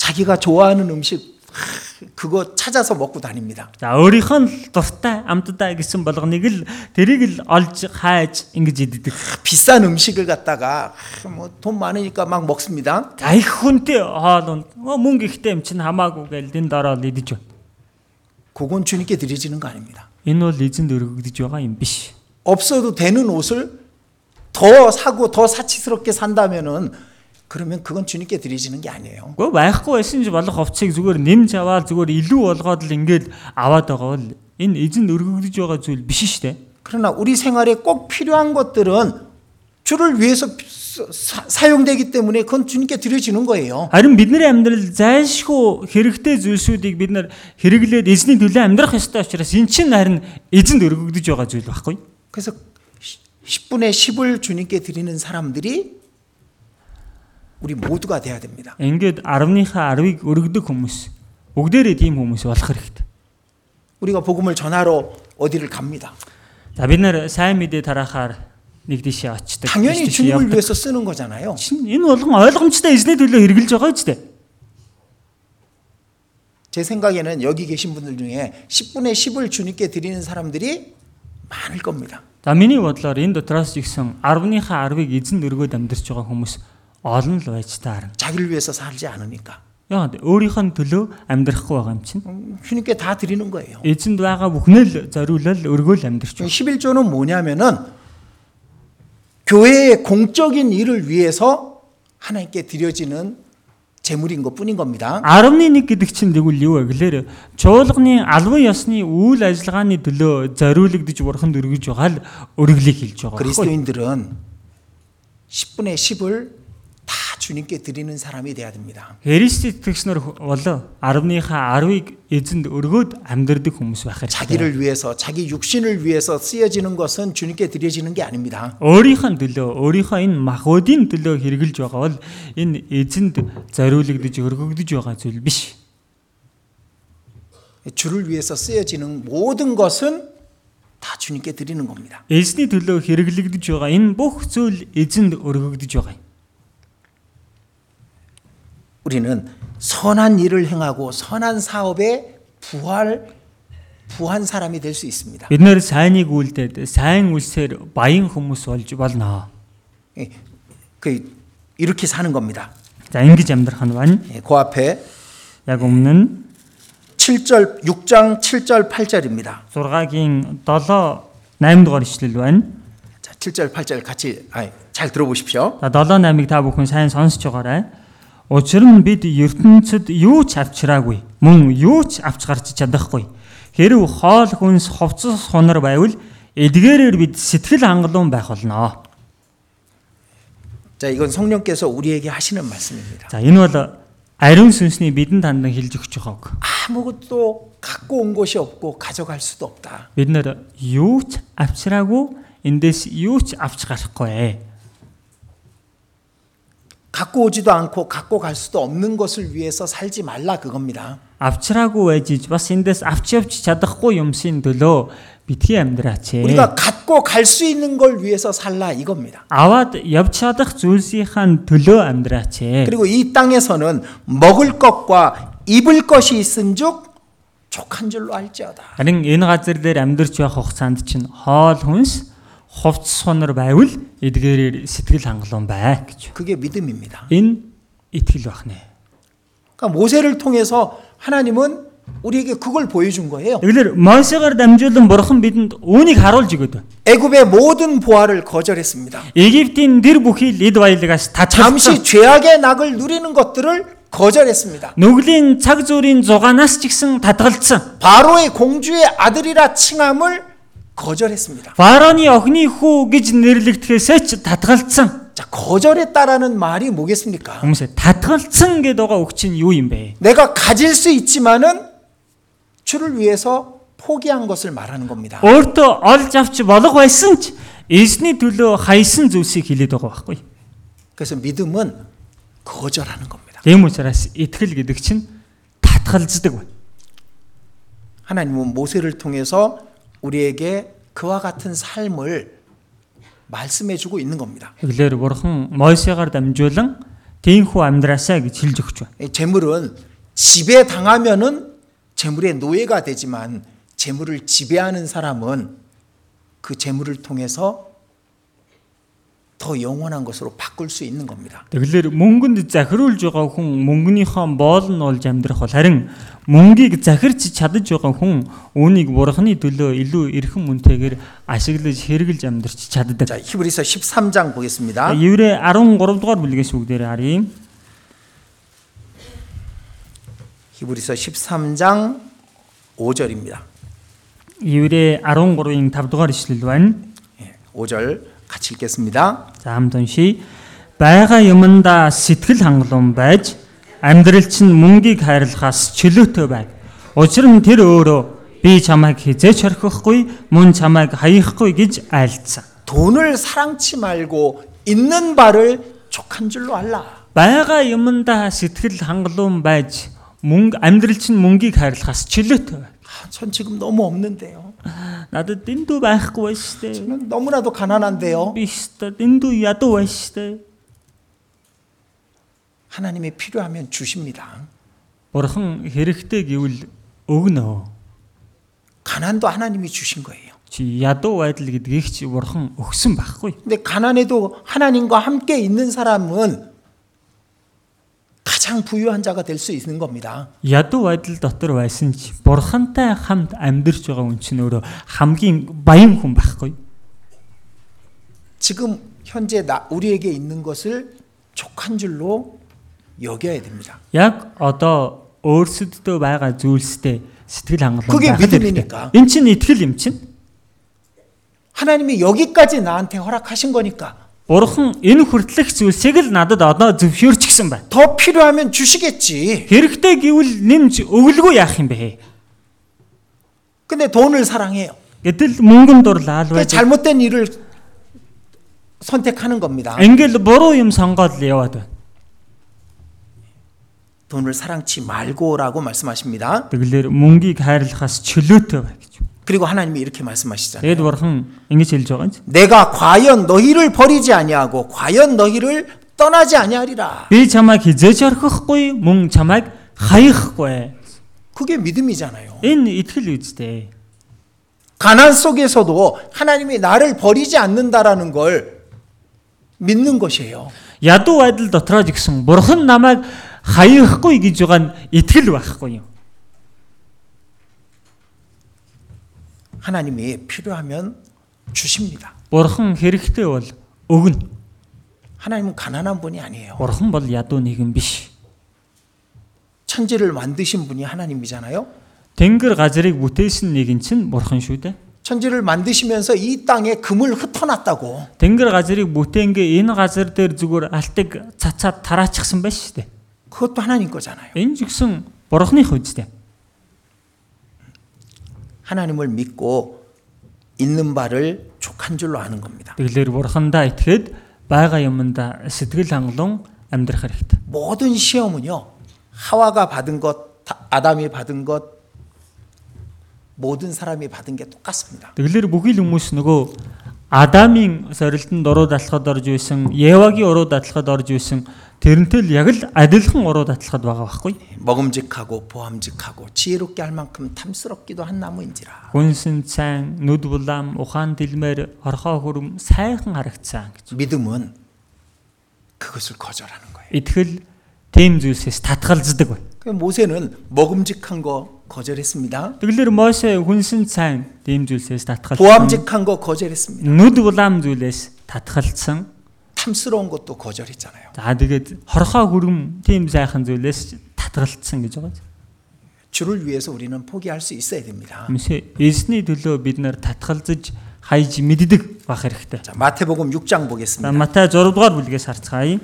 [SPEAKER 1] 자기가 좋아하는 음식 하, 그거 찾아서 먹고 다닙니다.
[SPEAKER 2] за өөрийнх нь л дуртай амттай гэсэн болгоныг л тэрийг л олж хайж ингэж иддэг.
[SPEAKER 1] 비싼 음식을 갖다가 뭐 돈 많으니까 막 먹습니다.
[SPEAKER 2] За их хүнтэй хоол унд Оо, мөнгө ихтэй юм чинь хамаагүй гээл энд ороод идэж байна.
[SPEAKER 1] 그건 주님께 드려지는 거 아닙니다.
[SPEAKER 2] Энэ бол эзэнд өргөгдөж байгаа юм биш.
[SPEAKER 1] 없어도 되는 옷을 더 사고 더 사치스럽게 산다면은 그러면 그건 주님께 드려지는 게 아니에요.
[SPEAKER 2] Гэхдээ байхгүй байсан ч болох хувцсыг зүгээр нэмж аваад зүгээр илүү болгоод л ингээд аваад байгаа бол энэ эзэнд өргөгдөж байгаа зүйл биш шүү дээ.
[SPEAKER 1] 그러나 우리 생활에 꼭 필요한 것들은 주를 위해서 사, 사용되기 때문에 그건 주님께 드려지는 거예요.
[SPEAKER 2] Харин бидний амьдрал зайлшгүй хэрэгтэй зүйлсүүдийг бид нар хэрэглээд эзний төлөө амьдрах ёстой учраас эн чинь харин эзэнд өргөгдөж байгаа зүйл байхгүй.
[SPEAKER 1] 그래서 10분의 10을 주님께 드리는 사람들이 우리 모두가 돼야 됩니다.
[SPEAKER 2] Ингээд 10-ийнхаа 10-ыг өргөдөг хүмүүс бүгдээрээ тийм хүмүүс болох хэрэгтэй.
[SPEAKER 1] 우리가 복음을 전하러 어디를 갑니다.
[SPEAKER 2] За бид нар сайн мэдээ тараахаар нэг дэше очдаг.
[SPEAKER 1] 당연히
[SPEAKER 2] нэг дэшээ
[SPEAKER 1] 주님을
[SPEAKER 2] явдаг.
[SPEAKER 1] 위해서 쓰는 거잖아요.
[SPEAKER 2] Чинь энэ болгон ойлгомжтой эзний төлөө хэрэгжилж байгаа ч дээ.
[SPEAKER 1] 제 생각에는 여기 계신 분들 중에 10분의 10을 주님께 드리는 사람들이 많을 겁니다.
[SPEAKER 2] За миний бодлоор энэ дотроос жигсэн 10-ийнхаа 10-ыг эзэн өргөөд амьдарч байгаа хүмүүс олон л байж таарна.
[SPEAKER 1] 자기를 위해서 살지 않으니까
[SPEAKER 2] Яг нь өөрийнх нь төлөө амьдрахгүй байгаа юм чинь.
[SPEAKER 1] 음, 주님께 다 드리는 거예요.
[SPEAKER 2] Эзэнд байгаа бүхнээ л зориулал өргөөл амьдарч байна.
[SPEAKER 1] 11조는 뭐냐면은 교회의 공적인 일을 위해서 하나님께 드려지는 재물인 것뿐인
[SPEAKER 2] 아,
[SPEAKER 1] 겁니다.
[SPEAKER 2] 11 гэдэг чинь тэгвэл юу вэ гэхээр чуулганы албан ёсны үйл ажиллагааны төлөө зориулагдж бурханд өргөж байгаа л өргөлийг хэлж байгаа. байхгүй юу?
[SPEAKER 1] 그리스도인들은 10분의 10을 다 주님께 드리는 사람이 돼야 됩니다.
[SPEAKER 2] Христ итгэгчнэр болоо 10-ийнхаа 10-ыг эзэнд өргөөд амьдрдаг хүмүүс байх хэрэгтэй.
[SPEAKER 1] 자기를 위해서 자기 육신을 위해서 쓰여지는 것은 주님께 드려지는 게 아닙니다.
[SPEAKER 2] Өөрийнх нь төлөө, өөрийнхөө энэ махуудын төлөө хэрэгжилж байгаа бол энэ эзэнд зориулагдж өргөгдөж байгаа зүйл биш.
[SPEAKER 1] 주를 위해서 쓰여지는 모든 것은 다 주님께 드리는 겁니다.
[SPEAKER 2] Эзний төлөө хэрэглэгдэж байгаа энэ бүх зүйл эзэнд өргөгдөж байгаа юм.
[SPEAKER 1] 우리는 선한 일을 행하고 선한 사업에 부활 부한 사람이 될 수 있습니다.
[SPEAKER 2] Бид нэр сайныг үлдээд сайн үлсээр баян хүмүүс болж болно.
[SPEAKER 1] 예, 그 이렇게 사는 겁니다. 그
[SPEAKER 2] За ингэж амьдрах нь байна.
[SPEAKER 1] 예, 그 앞에
[SPEAKER 2] Яг өмнө нь
[SPEAKER 1] 7절 6장 7절 8절입니다.
[SPEAKER 2] 6-гийн 7 8 дугаар ишлэл байна.
[SPEAKER 1] 자, 7절 8절 같이 아니, 잘 들어보십시오.
[SPEAKER 2] За 7 8-ыг та бүхэн сайн сонсож байгаарай. Учир нь бид ертөнцид юу ч авчираагүй. Мөн юу ч авч гарч чадахгүй. Хэрв хоол хүнс хувцас хунар байвал эдгээрээр бид сэтгэл хангалуун байх болно.
[SPEAKER 1] 자, 이건 성령께서 우리에게 하시는 말씀입니다.
[SPEAKER 2] За энэ бол ариун сүнсний бидэнд хандан хэлж өгч байгаа үг.
[SPEAKER 1] 아무것도 갖고 온 것이 없고 가져갈 수도 없다.
[SPEAKER 2] Бид нэр юу ч авчираагүй эндээс юу ч авч гарахгүй ээ.
[SPEAKER 1] 갖고 오지도 않고 갖고 갈 수도 없는 것을 위해서 살지 말라 그겁니다.
[SPEAKER 2] Авчираагүй байж иж бас эндээс авч явж чадахгүй юмсын төлөө битгий амьдраач ээ.
[SPEAKER 1] 우리가 갖고 갈 수 있는 걸 위해서 살라 이겁니다.
[SPEAKER 2] Аваад явж чадах зүйлсийнхаа төлөө амьдраач ээ.
[SPEAKER 1] 그리고 이 땅에서는 먹을 것과 입을 것이 있은즉 족한 줄로 알지어다.
[SPEAKER 2] Харин энэ газар дээр амьдарч явах хугацаанд чинь хоол хүнс, хувцс сунар байвал эдгээрээр сэтгэл хангалуун бай гэж.
[SPEAKER 1] 그게 믿음입니다.
[SPEAKER 2] Энэ итгэл бахнэ.
[SPEAKER 1] 그러니까 모세를 통해서 하나님은 우리에게 그걸 보여준 거예요.
[SPEAKER 2] Тэгэлэр Мойсегаар дамжуулан бурхан бидэнд үүнийг харуулж өгөөд байна.
[SPEAKER 1] 애굽의 모든 보화를 거절했습니다.
[SPEAKER 2] Египтийн дэр бүхий л эд баялагаас
[SPEAKER 1] 잠시
[SPEAKER 2] тачаалсан
[SPEAKER 1] 죄악의 낙을 누리는 것들을 거절했습니다.
[SPEAKER 2] нүглийн цаг зүрийн зугаанаас ч ихсэн татгалцсан.
[SPEAKER 1] 바로의 공주의 아들이라 칭함을 거절했습니다.
[SPEAKER 2] Фараоны охины хүү гэж нэрлэгдэхээсээ ч татгалцсан.
[SPEAKER 1] 자, 거절했다라는 말이 뭐겠습니까?
[SPEAKER 2] Хүмүүсээ татгалцсан гэдэг байгаа үг чинь юу юм бэ?
[SPEAKER 1] 내가 가질 수 있지만은 주를 위해서 포기한 것을 말하는 겁니다.
[SPEAKER 2] Өөртөө олж авч болох байсан ч эзний төлөө хайсан зүйлсийг хилээд байгаа байхгүй.
[SPEAKER 1] 그래서 믿음은 거절하는 겁니다.
[SPEAKER 2] Тэм учраас итгэл гэдэг чинь татгалздаг байна.
[SPEAKER 1] 하나님은 뭐 모세를 통해서 우리에게 그와 같은 삶을 말씀해 주고 있는 겁니다.
[SPEAKER 2] Тэгэлэр бурхан Мойсегаар дамжуулан тийхүү амьдраасаа гэж хэлж өгч байна.
[SPEAKER 1] 이 예, 재물은 지배 당하면은 재물의 노예가 되지만 재물을 지배하는 사람은 그 재물을 통해서 더 영원한 것으로 바꿀 수 있는 겁니다.
[SPEAKER 2] Тэгэлэр мөнгөнд захируулж байгаа хүн мөнгөнийхөө боол нь олж амьдрах бол харин мөнгийг захирч чадаж байгаа хүн үүнийг бурханы төлөө илүү эрхэм үнтэйгээр ашиглаж хэрэглэж амьдарч чаддаг.
[SPEAKER 1] 자, 히브리서 13장 보겠습니다.
[SPEAKER 2] Еврэ 13 дугаар бүлгээс бүгдээр харъя.
[SPEAKER 1] 히브리서 13장 5절입니다.
[SPEAKER 2] Еврэ 13-ийн 5 дугаар ишлэл байна.
[SPEAKER 1] 5절 예, 같이 읽겠습니다.
[SPEAKER 2] За хамт уншия. Бага юмдаа сэтгэл хангалуун байж амьдрал чинь мөнгийг хайрлахаас чөлөөтэй байг. Учир нь тэр өөрөө би чамайг хизээч хорхихгүй, мөн чамайг хаяхгүй гэж айлцсан.
[SPEAKER 1] 돈을 사랑치 말고 있는 바를 족한 줄로 알라.
[SPEAKER 2] Бага юмдаа сэтгэл хангалуун байж мөнгө амьдрал чинь мөнгийг хайрлахаас чөлөөтэй байг.
[SPEAKER 1] 아, 전 지금 너무 없는데요.
[SPEAKER 2] Надад дэндүү байхгүй байж штэ.
[SPEAKER 1] 저는 너무나도 가난한데요.
[SPEAKER 2] Би штэ дэндүү ядуу байж штэ.
[SPEAKER 1] 하나님이 필요하면 주십니다.
[SPEAKER 2] Бурхан хэрэгтэй гэвэл өгнө.
[SPEAKER 1] 가난도 하나님이 주신 거예요.
[SPEAKER 2] чи ядуу байдал гэдгийг чи бурхан өгсөн байхгүй.
[SPEAKER 1] 근데 가난에도 하나님과 함께 있는 사람은 가장 부유한 자가 될 수 있는 겁니다.
[SPEAKER 2] Ядуу байдал дотор байсан ч бурхантай хамт амьдарч байгаа хүн чинь өөрөө хамгийн баян хүн байхгүй.
[SPEAKER 1] 지금 현재 나, 우리에게 있는 것을 족한 줄로 여겨야 됩니다.
[SPEAKER 2] Яг одоо өөрсөддөө байгаа зүйлстэй сэтгэл хангалуун
[SPEAKER 1] Кугэ
[SPEAKER 2] байхад
[SPEAKER 1] мэдэмнийка.
[SPEAKER 2] хэрэгтэй. Энэ чинь итгэл юм чинь.
[SPEAKER 1] 하나님이 여기까지 나한테 허락하신 거니까
[SPEAKER 2] Бурхан энэ хүртлэх зүйлсийг л надад одоо зөвшөөрчихсөн байна.
[SPEAKER 1] 더 필요하면 주시겠지.
[SPEAKER 2] Хэрэгтэй гэвэл нэмж өгөлгүй яах юм бэ?
[SPEAKER 1] 근데 돈을 사랑해요.
[SPEAKER 2] Гэтэл мөнгөнд дурлаа л
[SPEAKER 1] 그
[SPEAKER 2] байж.
[SPEAKER 1] 잘못된 일을 선택하는 겁니다.
[SPEAKER 2] Ингээл буруу юм сонгоод л яваад байна.
[SPEAKER 1] 돈을 사랑치 말고라고 말씀하십니다.
[SPEAKER 2] Тэгэлэр мөнгийг хайрлахаас чөлөөтэй бай гэж.
[SPEAKER 1] 그리고 하나님이 이렇게 말씀하시잖아요.
[SPEAKER 2] Тэгэд бурхан ингэж хэлж байгаа юм чи.
[SPEAKER 1] 내가 과연 너희를 버리지 아니하고 과연 너희를 떠나지 아니하리라.
[SPEAKER 2] Би чамайг хизээж орхихгүй, мөн чамайг хаяхгүй.
[SPEAKER 1] 그게 믿음이잖아요.
[SPEAKER 2] Энэ итгэл үздэй.
[SPEAKER 1] 가난 속에서도 하나님이 나를 버리지 않는다라는 걸 믿는 것이에요.
[SPEAKER 2] Ядуу байдал дотроо ч гэсэн бурхан намайг хаяхгүй гэж байгаа нь итгэл байхгүй юм.
[SPEAKER 1] 하나님이 필요하면 주십니다.
[SPEAKER 2] Бурхан хэрэгтэй бол өгнө.
[SPEAKER 1] 하나님은 가난한 분이 아니에요.
[SPEAKER 2] Бурхан бол ядуу нэгэн биш.
[SPEAKER 1] 천지를 만드신 분이 하나님이잖아요.
[SPEAKER 2] Тэнгэр газрыг бүтээсэн нэгэн чинь бурхан шүү дээ.
[SPEAKER 1] 천지를 만드시면서 이 땅에 금을 흩어놨다고.
[SPEAKER 2] Тэнгэр газрыг бүтээнгээ энэ газар дээр зүгээр алтыг цацаад тараачихсан байж шүү дээ.
[SPEAKER 1] 그것도 하나님 거잖아요.
[SPEAKER 2] Энэ ч гэсэн бурханых үстэй.
[SPEAKER 1] 하나님을 믿고 있는 바를 족한 줄로 아는 겁니다.
[SPEAKER 2] Тэгэлэр бурхандаа итгэхэд байгаа юмдаа сэтгэл хангалуун амьдрах хэрэгтэй.
[SPEAKER 1] 모든 시험은요. 하와가 받은 것, 다- 아담이 받은 것, 모든 사람이 받은 게 똑같습니다.
[SPEAKER 2] Тэгэлэр бүхий л хүмүүс нөгөө Адамын сорилтанд уруу датлахад орж исэн, Евагийн уруу датлахад орж исэн, тэрнтэй л яг л адилхан уруу датлахад байгаа байхгүй.
[SPEAKER 1] 예, 먹음직하고 보암직하고 지혜롭게 할 만큼 탐스럽기도 한 나무인지라.
[SPEAKER 2] Хүнсэн цайн, нүд булаам, ухаан дэлмээр, орхоо хөрөм сайхан харагцсан гэж.
[SPEAKER 1] 믿음은 그것을 거절하는 거예요.
[SPEAKER 2] Итгэл тийм зүйлсээс татгалздаг байна.
[SPEAKER 1] 그 모세는 먹음직한 거 거절했습니다.
[SPEAKER 2] Тэгэлэр Мосе хүнсэн цайн тийм зүйлсээс татгалсан.
[SPEAKER 1] 보암직한 거 거절했습니다.
[SPEAKER 2] Нүд булаам зүйлээс татгалцсан.
[SPEAKER 1] 탐스러운 것도 거절했잖아요.
[SPEAKER 2] За тэгээд хорхоо хөрөм тийм сайхан зүйлээс татгалцсан гэж байгаа.
[SPEAKER 1] 주를 위해서 우리는 포기할 수 있어야 됩니다.
[SPEAKER 2] Мөсөө эзний төлөө бид нар татгалзаж хайж мэддэг бах хэрэгтэй.
[SPEAKER 1] 자, 마태복음 6장
[SPEAKER 2] За
[SPEAKER 1] 보겠습니다.
[SPEAKER 2] Матай 6 дугаар бүлгээс харцгаая.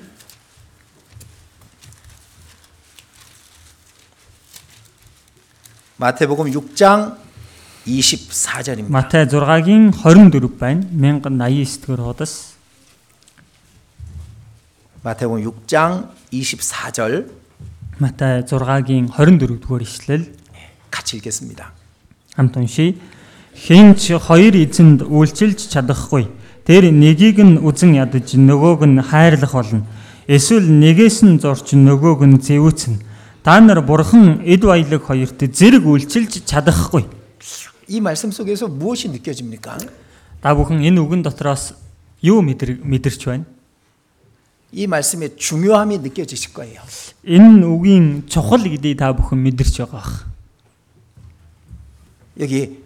[SPEAKER 1] 마태복음 6장 24절입니다.
[SPEAKER 2] Матай 6-гийн 24 байна. 1089 дэх хуудас.
[SPEAKER 1] 마태복음 6장 24절
[SPEAKER 2] Матай 6-гийн 24 дугаар ишлэл
[SPEAKER 1] 같이 읽겠습니다.
[SPEAKER 2] хамт уншия. Хинч хоёр эзэнд үйлчилж чадахгүй. Тэр нэгийг нь үзен ядаж нөгөөг нь хайрлах болно. Эсвэл нэгээс нь зорч нөгөөг нь зэвүүцнэ. Та нар бурхан эд баялаг хоёрт зэрэг үйлчилж чадахгүй.
[SPEAKER 1] 이 말씀 속에서 무엇이 느껴집니까?
[SPEAKER 2] Та бүхэн энэ үгэн дотроос юу мэдэр мэдэрч байна?
[SPEAKER 1] 이 말씀의 중요함이 느껴지실 거예요.
[SPEAKER 2] Энэ үгийн чухал гэдгийг та бүхэн мэдэрч байгаа бах.
[SPEAKER 1] 여기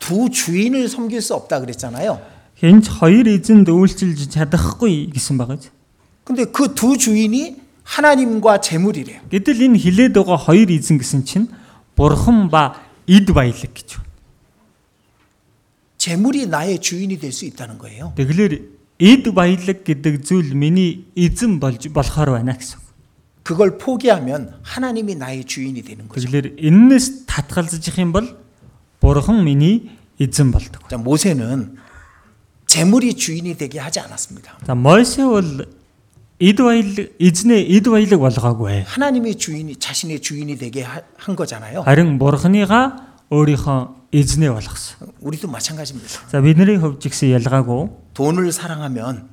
[SPEAKER 1] 두 주인을 섬길 수 없다 그랬잖아요.
[SPEAKER 2] Хинч хоёр эзэнд үйлчилж чадахгүй гэсэн байгаа ч.
[SPEAKER 1] 근데 그 두 주인이 하나님과 재물이래요.
[SPEAKER 2] Гэтэл энэ хилээд байгаа хоёр эзэн гэсэн чинь бурхан ба эд баялаг гэж байна.
[SPEAKER 1] 재물이 나의 주인이 될 수 있다는 거예요.
[SPEAKER 2] Тэгэлэр эд баялаг гэдэг зүйл миний эзэн болж болохоор байна гэсэн. үг.
[SPEAKER 1] 그걸 포기하면 하나님이 나의 주인이 되는 거죠.
[SPEAKER 2] Тэгэлэр энээс татгалзах юм бол бурхан миний эзэн болдог.
[SPEAKER 1] 자, 모세는 재물이 주인이 되게 하지 않았습니다.
[SPEAKER 2] За Мойсе бол эд баялаг эзнээ эд баялаг болгоогүй.
[SPEAKER 1] 하나님이 주인이 자신의 주인이 되게 하- 한 거잖아요.
[SPEAKER 2] Харин бурханыгаа өөрийнхөө эзнээ болгосон.
[SPEAKER 1] 우리도 마찬가지입니다.
[SPEAKER 2] За бидний хувьд ч гэсэн ялгаагүй.
[SPEAKER 1] 돈을 사랑하면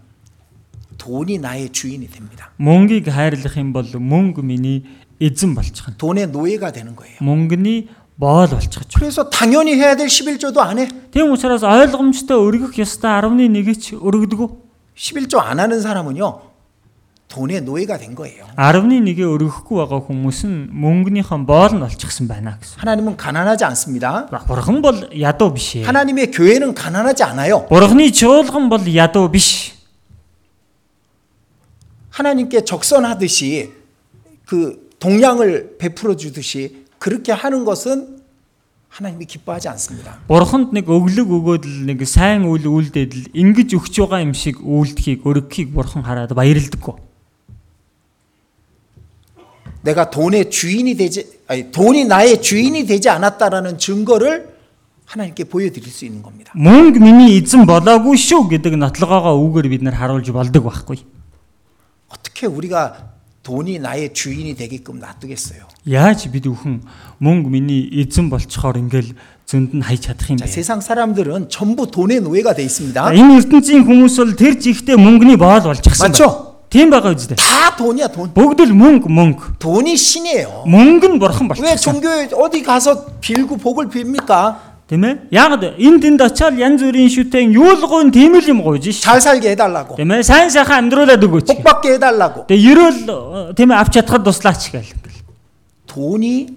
[SPEAKER 1] 돈이 나의 주인이 됩니다.
[SPEAKER 2] Мөнгийг хайрлах юм бол мөнгө миний эзэн болчихно.
[SPEAKER 1] 돈의 노예가 되는 거예요.
[SPEAKER 2] Мөнгөний боол болчихно.
[SPEAKER 1] 그래서 당연히 해야 될 11조도 안 해.
[SPEAKER 2] Тийм учраас ойлгомжтой өргөх ёстой 11-ийг өргөдгөө.
[SPEAKER 1] 11조 안 하는 사람은요. 돈의 노예가 된 거예요.
[SPEAKER 2] 11-ийг өргөхгүй байгаа хүмүүс нь мөнгөнийхөө боол нь болчихсон байна гэсэн.
[SPEAKER 1] 하나님은 가난하지 않습니다.
[SPEAKER 2] Бурхан бол ядуу биш ээ.
[SPEAKER 1] 하나님의 교회는 가난하지 않아요.
[SPEAKER 2] Бурханы чуулган бол ядуу биш.
[SPEAKER 1] 하나님께 적선하듯이 그 동양을 베풀어 주듯이 그렇게 하는 것은 하나님이 기뻐하지 않습니다.
[SPEAKER 2] Бурханд нэг өглөг өгөөд л нэг сайн үйл үлдээд л ингэж өгч байгаа юм шиг үйлдэхийг өргөхийг бурхан хараад баярлдаггүй.
[SPEAKER 1] 내가 돈의 주인이 되지 아니 돈이 나의 주인이 되지 않았다라는 증거를 하나님께 보여드릴 수 있는 겁니다.
[SPEAKER 2] Мөнгө миний эзэн болоогүй шүү гэдэг нотлогоогоо үүгээр бид нар харуулж болдог байхгүй.
[SPEAKER 1] 어떻게 우리가 돈이 나의 주인이 되게끔 놔두겠어요?
[SPEAKER 2] Яаж бид бүхэн мөнгө миний эзэн болцохоор ингээл зөнд нь хайж чадах юм
[SPEAKER 1] 자,
[SPEAKER 2] бэ?
[SPEAKER 1] 세상 사람들은 전부 돈의 노예가 돼 있습니다.
[SPEAKER 2] За, Энэ ертөнцийн хүмүүс бол тэр жигтэй мөнгөний боол болчихсан
[SPEAKER 1] Мачо.
[SPEAKER 2] Тийм байгаа үст дээ.
[SPEAKER 1] 다 돈이야 돈.
[SPEAKER 2] Бүгд л мөнгө мөнгө.
[SPEAKER 1] 돈이 신이에요.
[SPEAKER 2] Мөнгө нь бурхан
[SPEAKER 1] 왜
[SPEAKER 2] болчихсон.
[SPEAKER 1] 종교에 어디 가서 빌고 복을 빕니까?
[SPEAKER 2] Тийм ээ? Яг энд тэнд очиад янз бүрийн шүтэн юулгын тийм л юм гоож ш.
[SPEAKER 1] 잘 살게 해달라고.
[SPEAKER 2] Тийм ээ? Сайн сайхан амьдруулаад өгөөч.
[SPEAKER 1] 복 받게 해달라고.
[SPEAKER 2] Тэгээ ерөөл э, тийм ээ авч чадхад туслаач гээл.
[SPEAKER 1] 돈이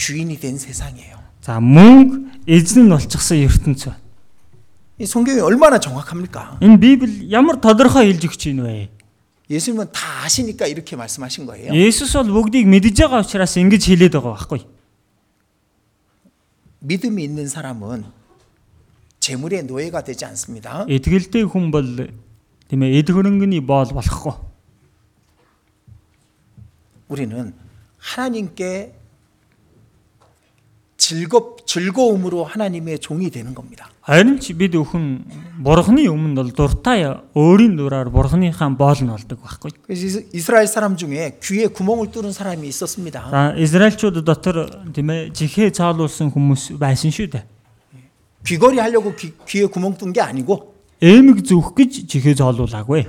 [SPEAKER 1] 주인이 된 세상이에요.
[SPEAKER 2] За мөнгө эзэн нь болчихсон ертөнцийн.
[SPEAKER 1] 이 성경이 얼마나 정확합니까?
[SPEAKER 2] Энэ Библи ямар тодорхой хэлж өгч байна вэ?
[SPEAKER 1] 예수님은 다 아시니까 이렇게 말씀하신 거예요.
[SPEAKER 2] Есүс бол бүгдийг мэдж байгаа учраас ингэж хэлээд байгаа байхгүй.
[SPEAKER 1] 믿음이 있는 사람은 재물의 노예가 되지 않습니다.
[SPEAKER 2] Итгэлтэй хүн бол тийм ээ эд хөрөнгөний боол болохгүй.
[SPEAKER 1] 우리는 하나님께 즐겁 즐거움으로 하나님의 종이 되는 겁니다.
[SPEAKER 2] Харин ч бид өхөн бурхны өмнө бол дуртай өөрийн дураар бурхныхаа боол нь болдог байхгүй.
[SPEAKER 1] 그래서 이스- 이스라엘 사람 중에 귀에 구멍을 뚫은 사람이 있었습니다.
[SPEAKER 2] За Израильчууд дотор тийм ээ жихээ цаалуулсан хүмүүс байсан шүү дээ.
[SPEAKER 1] 귀걸이 하려고 귀, 귀에 구멍 뚫은 게 아니고
[SPEAKER 2] Эмэг зүөх гэж жихээ цаалуулаагүй.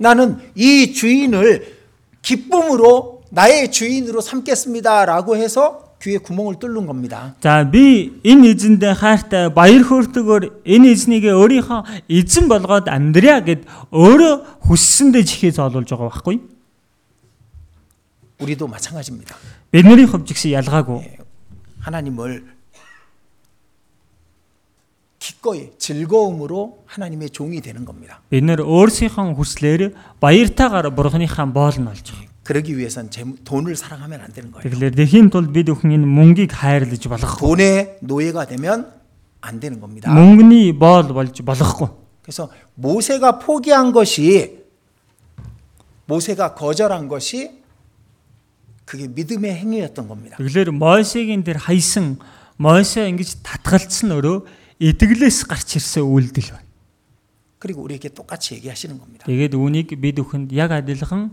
[SPEAKER 1] 나는 이 주인을 기쁨으로 나의 주인으로 삼겠습니다라고 해서 귀에 구멍을 뚫는 겁니다.
[SPEAKER 2] За би энэ эзэндээ хайртай баяр хөөртөгөр энэ эзнийг өөрийнхөө эзэн болгоод амьдря гэд өөрөө хүссэндээ жихээ зоолуулж байгаа байхгүй.
[SPEAKER 1] 우리도 마찬가지입니다.
[SPEAKER 2] Бидний хувьд ч гэсэн ялгаагүй.
[SPEAKER 1] 하나님을 기꺼이 즐거움으로 하나님의 종이 되는 겁니다.
[SPEAKER 2] Бид нэр өөрсийнхөө хүслээр баяртайгаар бурхныхаа боол нь олж байгаа.
[SPEAKER 1] 그러기 위해선 재무- 돈을 사랑하면 안 되는 거예요.
[SPEAKER 2] Тэгэхээр дэхийн тулд бид бүхэн энэ мөнгийг хайрлаж болохгүй.
[SPEAKER 1] 돈의 노예가 되면 안 되는 겁니다.
[SPEAKER 2] Мөнгөний боол болж болохгүй.
[SPEAKER 1] 그래서 모세가 포기한 것이 모세가 거절한 것이 그게 믿음의 행위였던 겁니다.
[SPEAKER 2] Тэгэхээр Мойсегийн тэр хайсан Мойсе ингэж татгалцсан өрөө итгэлээс гарч ирсэн үйлдэл байна.
[SPEAKER 1] 그리고 우리에게 똑같이 얘기하시는 겁니다.
[SPEAKER 2] Тэгээд үүнийг бид бүхэнд яг адилхан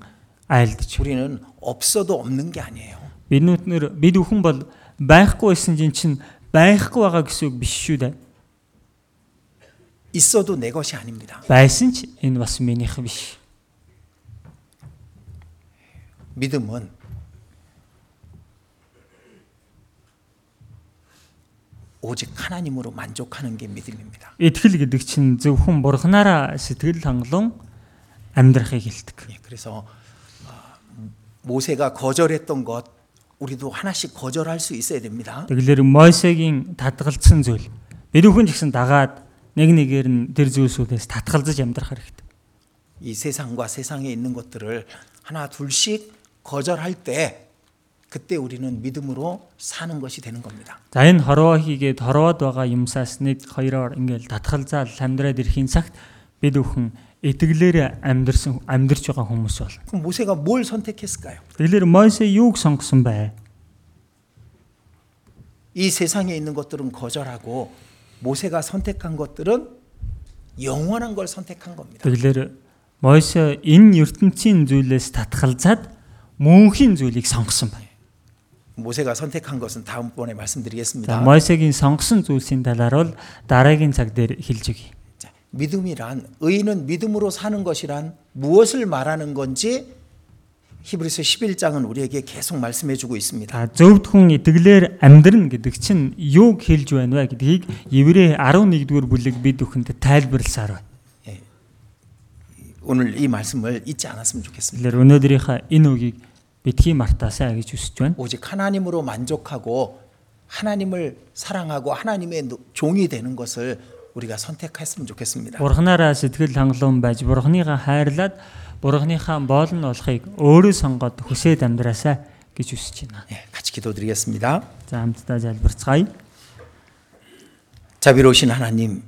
[SPEAKER 2] айлдж.
[SPEAKER 1] 우리는 없어도 없는 게 아니에요.
[SPEAKER 2] Бид нүтнэр бид бүхэн бол байхгүй байсан чинь чин байхгүй байгаа гэсэн үг биш шүү дээ.
[SPEAKER 1] 있어도 내 것이 아닙니다.
[SPEAKER 2] Байсан ч энэ бас минийх биш.
[SPEAKER 1] 믿음은 오직 하나님으로 만족하는 게 믿음입니다.
[SPEAKER 2] Итгэл гэдэг чинь зөвхөн бурхнаараа сэтгэл хангалуун амьдрахыг хэлдэг.
[SPEAKER 1] 예, 그래서 아, 모세가 거절했던 것 우리도 하나씩 거절할 수 있어야 됩니다.
[SPEAKER 2] Тэгэлэр Мойсегийн татгалцсан зүйл. Бид бүхэн ч гэсэн дагаад нэг нэгээр нь тэр зүйлсүүдээс татгалзаж амьдрах хэрэгтэй.
[SPEAKER 1] 이 세상과 세상에 있는 것들을 하나 둘씩 거절할 때 그때 우리는 믿음으로 사는 것이 되는 겁니다.
[SPEAKER 2] За энэ хорвоо хийгээд хорвоод байгаа юмсаас нэг хоёроор ингээл татгалзаал амьдраад ирэхин цагт бид бүхэн итгэлээр амьдрсан амьдрж байгаа хүмүүс бол
[SPEAKER 1] 그럼 모세가 뭘 선택했을까요?
[SPEAKER 2] Тэгэлэр Мойсе юуг сонгосон бэ?
[SPEAKER 1] 이 세상에 있는 것들은 거절하고 모세가 선택한 것들은 영원한 걸 선택한 겁니다.
[SPEAKER 2] Тэгэлэр Мойсе энэ ертөнцийн зүйлээс татгалзаад мөнхийн зүйлийг сонгосон байна.
[SPEAKER 1] 모세가 선택한 것은 다음번에
[SPEAKER 2] За
[SPEAKER 1] 말씀드리겠습니다.
[SPEAKER 2] Мойсегийн сонгосон зүйлсийн талаар бол дараагийн цаг дээр хэлж өгье.
[SPEAKER 1] 자, 믿음이란 의인은 믿음으로 사는 것이란 무엇을 말하는 건지 히브리서 11장은 우리에게 계속 말씀해 주고 있습니다.
[SPEAKER 2] За зөвд хүн итгэлээр амьдрна гэдэг чинь юуг хэлж байна вэ гэдгийг Еврэ 11-р бүлэг бид бүхэнд тайлбарласаар байна.
[SPEAKER 1] 오늘 이 말씀을 잊지 않았으면 좋겠습니다.
[SPEAKER 2] Тэгэлэр өнөөдрийнхөө энэ үгийг битгий мартаасаа гэж үсэж байна.
[SPEAKER 1] 오직 하나님으로 만족하고 하나님을 사랑하고 하나님의 노- 종이 되는 것을 우리가 선택했으면
[SPEAKER 2] 어.
[SPEAKER 1] 좋겠습니다.
[SPEAKER 2] Бурхнаараа сэтгэл хангалуун байж бурхныгаа хайрлаад бурхныхаа боол нь болохыг өөрөө сонгоод хүсээд амьдраасаа гэж үсэж байна.
[SPEAKER 1] 예, 같이 기도드리겠습니다.
[SPEAKER 2] За хамтдаа залбирцгаая.
[SPEAKER 1] 자비로우신 하나님,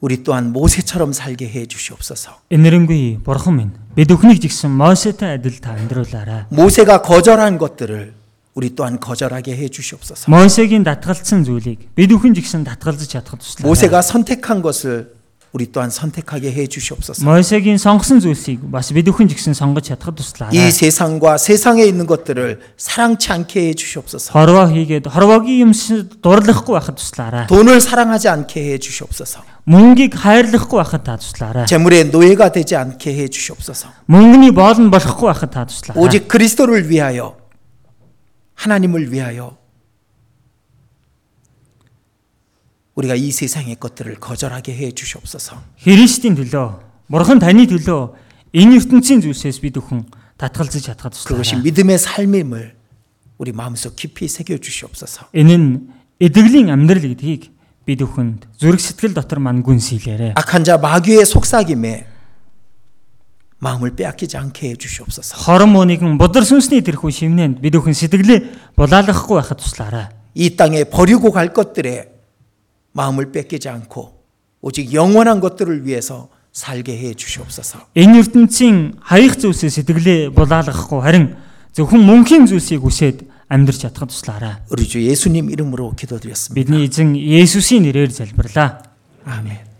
[SPEAKER 1] 우리 또한 모세처럼 살게 해 주시옵소서.
[SPEAKER 2] Энэрэнгүй бурхан минь бид өхнийг жигсэн Мосетэй адил та амьдруулаарай.
[SPEAKER 1] 모세가 거절한 것들을 우리 또한 거절하게 해 주시옵소서.
[SPEAKER 2] Мосегийн татгалцсан зүйлийг бид өхөн жигсэн татгалзаж чадах туслаарай.
[SPEAKER 1] 모세가 선택한 것을 우리 또한 선택하게 해 주시옵소서.
[SPEAKER 2] Мосегийн сонгосон зүйлсийг бас бид өхөн жигсэн сонгож чадах
[SPEAKER 1] 이
[SPEAKER 2] туслаарай.
[SPEAKER 1] 세상과 세상에 있는 것들을 사랑치 않게 해 주시옵소서.
[SPEAKER 2] Хорвоо хийгээд хорвоогийн юмс дурлахгүй байхад туслаарай.
[SPEAKER 1] 돈을 사랑하지 않게 해 주시옵소서.
[SPEAKER 2] Мөнгийг хайрлахгүй байхад та туслаарай.
[SPEAKER 1] 재물의 노예가 되지 않게 해 주시옵소서.
[SPEAKER 2] Мөнгөний боол нь болохгүй байхад та туслаарай.
[SPEAKER 1] 오직 그리스도를 위하여 하나님을 위하여 우리가 이 세상의 것들을 거절하게 해 주시옵소서.
[SPEAKER 2] Христийн төлөө, Бурхан таны төлөө энэ ертөнцийн зүйлсээс бид өхөн татгалзаж чадхад
[SPEAKER 1] 그것이
[SPEAKER 2] туслаарай.
[SPEAKER 1] 믿음의 삶임을 우리 마음속 깊이 새겨 주시옵소서.
[SPEAKER 2] Энэ нь эдгэлийн амьдрал гэдгийг бид бүхэнд зүрх сэтгэл дотор мань гүнсэлээрэ.
[SPEAKER 1] 악한 자 마귀의 속삭임에 마음을 빼앗기지 않게 해 주시옵소서.
[SPEAKER 2] Хором мөнийгэн бодлор сүнсний тэрхүү шивнэнд бид бүхэн сэтгэлээ булаалгахгүй байхад туслаарай.
[SPEAKER 1] 이 땅에 버리고 갈 것들에 마음을 뺏기지 않고 오직 영원한 것들을 위해서 살게 해 주시옵소서.
[SPEAKER 2] Энэ ертөнцийн хаях зүйлсээ сэтгэлээ булаалгахгүй харин зөвхөн мөнхийн зүйлсийг үсээд амьдрч чадахад туслаарай.
[SPEAKER 1] 우리 주 예수님 이름으로 기도드렸습니다.
[SPEAKER 2] Бидний эзэн Есүсийн нэрээр залбирлаа.
[SPEAKER 1] 아멘.